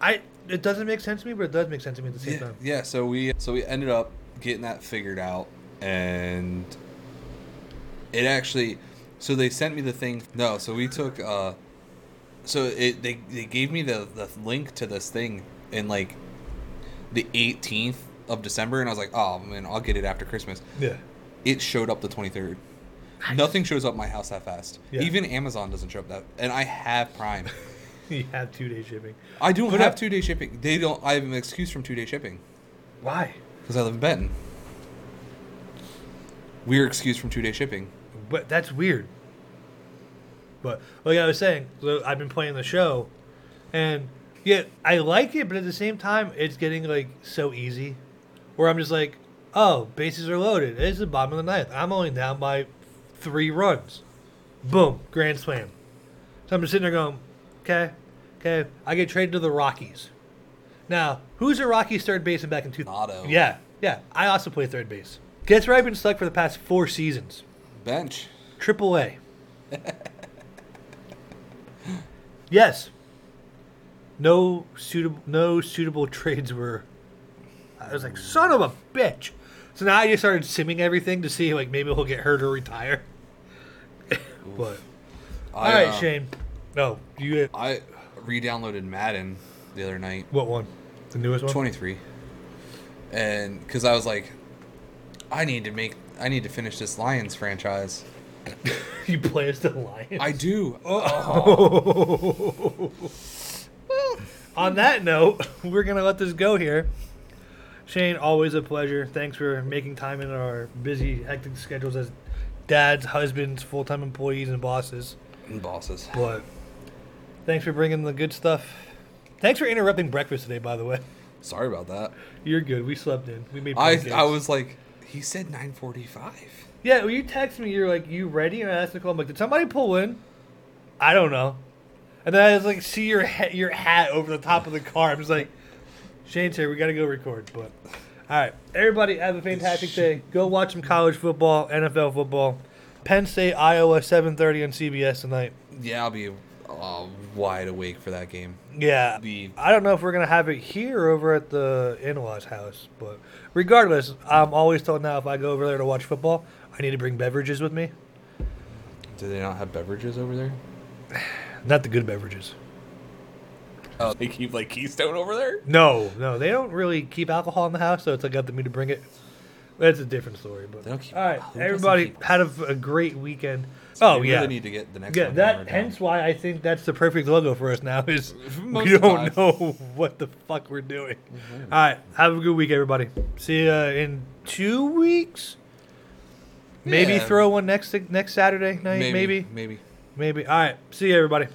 B: I it doesn't make sense to me, but it does make sense to me at the same
A: yeah,
B: time.
A: yeah. So we so we ended up getting that figured out, and it actually. So they sent me the thing. No, so we took. uh So it they they gave me the the link to this thing in like the 18th of December, and I was like, "Oh man, I'll get it after Christmas."
B: Yeah.
A: it showed up the 23rd. Nothing shows up my house that fast.
B: Yeah.
A: Even Amazon doesn't show up that. And I have Prime.
B: you have two day shipping.
A: I don't
B: But
A: have
B: I-
A: two day shipping. They don't. I have an excuse from two day shipping
B: Why?
A: because I live in Benton. We're excused from two day shipping.
B: But that's weird. But like I was saying, so I've been playing the show, and yeah, I like it, but at the same time, it's getting like so easy, where I'm just like, oh, bases are loaded. It's the bottom of the ninth. I'm only down by three runs. Boom, grand slam. So I'm just sitting there going, okay, okay. I get traded to the Rockies. Now, who's a Rockies third baseman back in two?
A: Otto.
B: Yeah, yeah. I also play third base. Guess where I've been stuck for the past four seasons.
A: Bench.
B: Triple A. yes. No suitable no suitable trades were. I was like, son of a bitch. So now I just started simming everything to see like maybe he'll get hurt or retire. but all
A: I,
B: right,
A: uh,
B: Shane. No, you
A: I re-downloaded Madden the other night.
B: what one? The newest one.
A: 23 and because i was like i need to make i need to finish this lions franchise
B: you play as the lion.
A: i do
B: On that note, we're gonna let this go here. Shane, always a pleasure. Thanks for making time in our busy, hectic schedules as dads, husbands, full-time employees, and bosses.
A: bosses
B: But thanks for bringing the good stuff. Thanks for interrupting breakfast today, by the way.
A: sorry about that
B: You're good. We slept in. We made.
A: i
B: pancakes.
A: i was like he said 945
B: Yeah, well, you text me. You're like, you ready? And I asked Nicole, I'm like, did somebody pull in? I don't know. And then I was like, see your ha- your hat over the top of the car. I was like, Shane's here. We got to go record. But all right, everybody, have a fantastic day. Go watch some college football, NFL football. Penn State, Iowa, 7:30 on CBS tonight.
A: yeah i'll be uh, wide awake for that game
B: Yeah.
A: The-
B: I don't know if we're going to have it here or over at the in law's house, but regardless, I'm always told now if I go over there to watch football, I need to bring beverages with me.
A: do they not have beverages over there
B: Not the good beverages.
A: oh they keep like keystone over there
B: No, no, they don't really keep alcohol in the house, so it's like up to me to bring it. That's a different story. But
A: They don't keep-
B: all right,
A: who doesn't
B: everybody
A: keep-
B: had a, a great weekend. oh
A: we
B: yeah,
A: really need to get the next
B: yeah.
A: one
B: That
A: hammered down.
B: hence why I think that's the perfect logo for us now is
A: Most
B: we
A: of the
B: don't
A: time.
B: know what the fuck we're doing. All right, have a good week, everybody. See you in two weeks. Maybe
A: Yeah.
B: throw one next next Saturday night.
A: maybe,
B: Maybe.
A: maybe.
B: Maybe. All right. See you, everybody.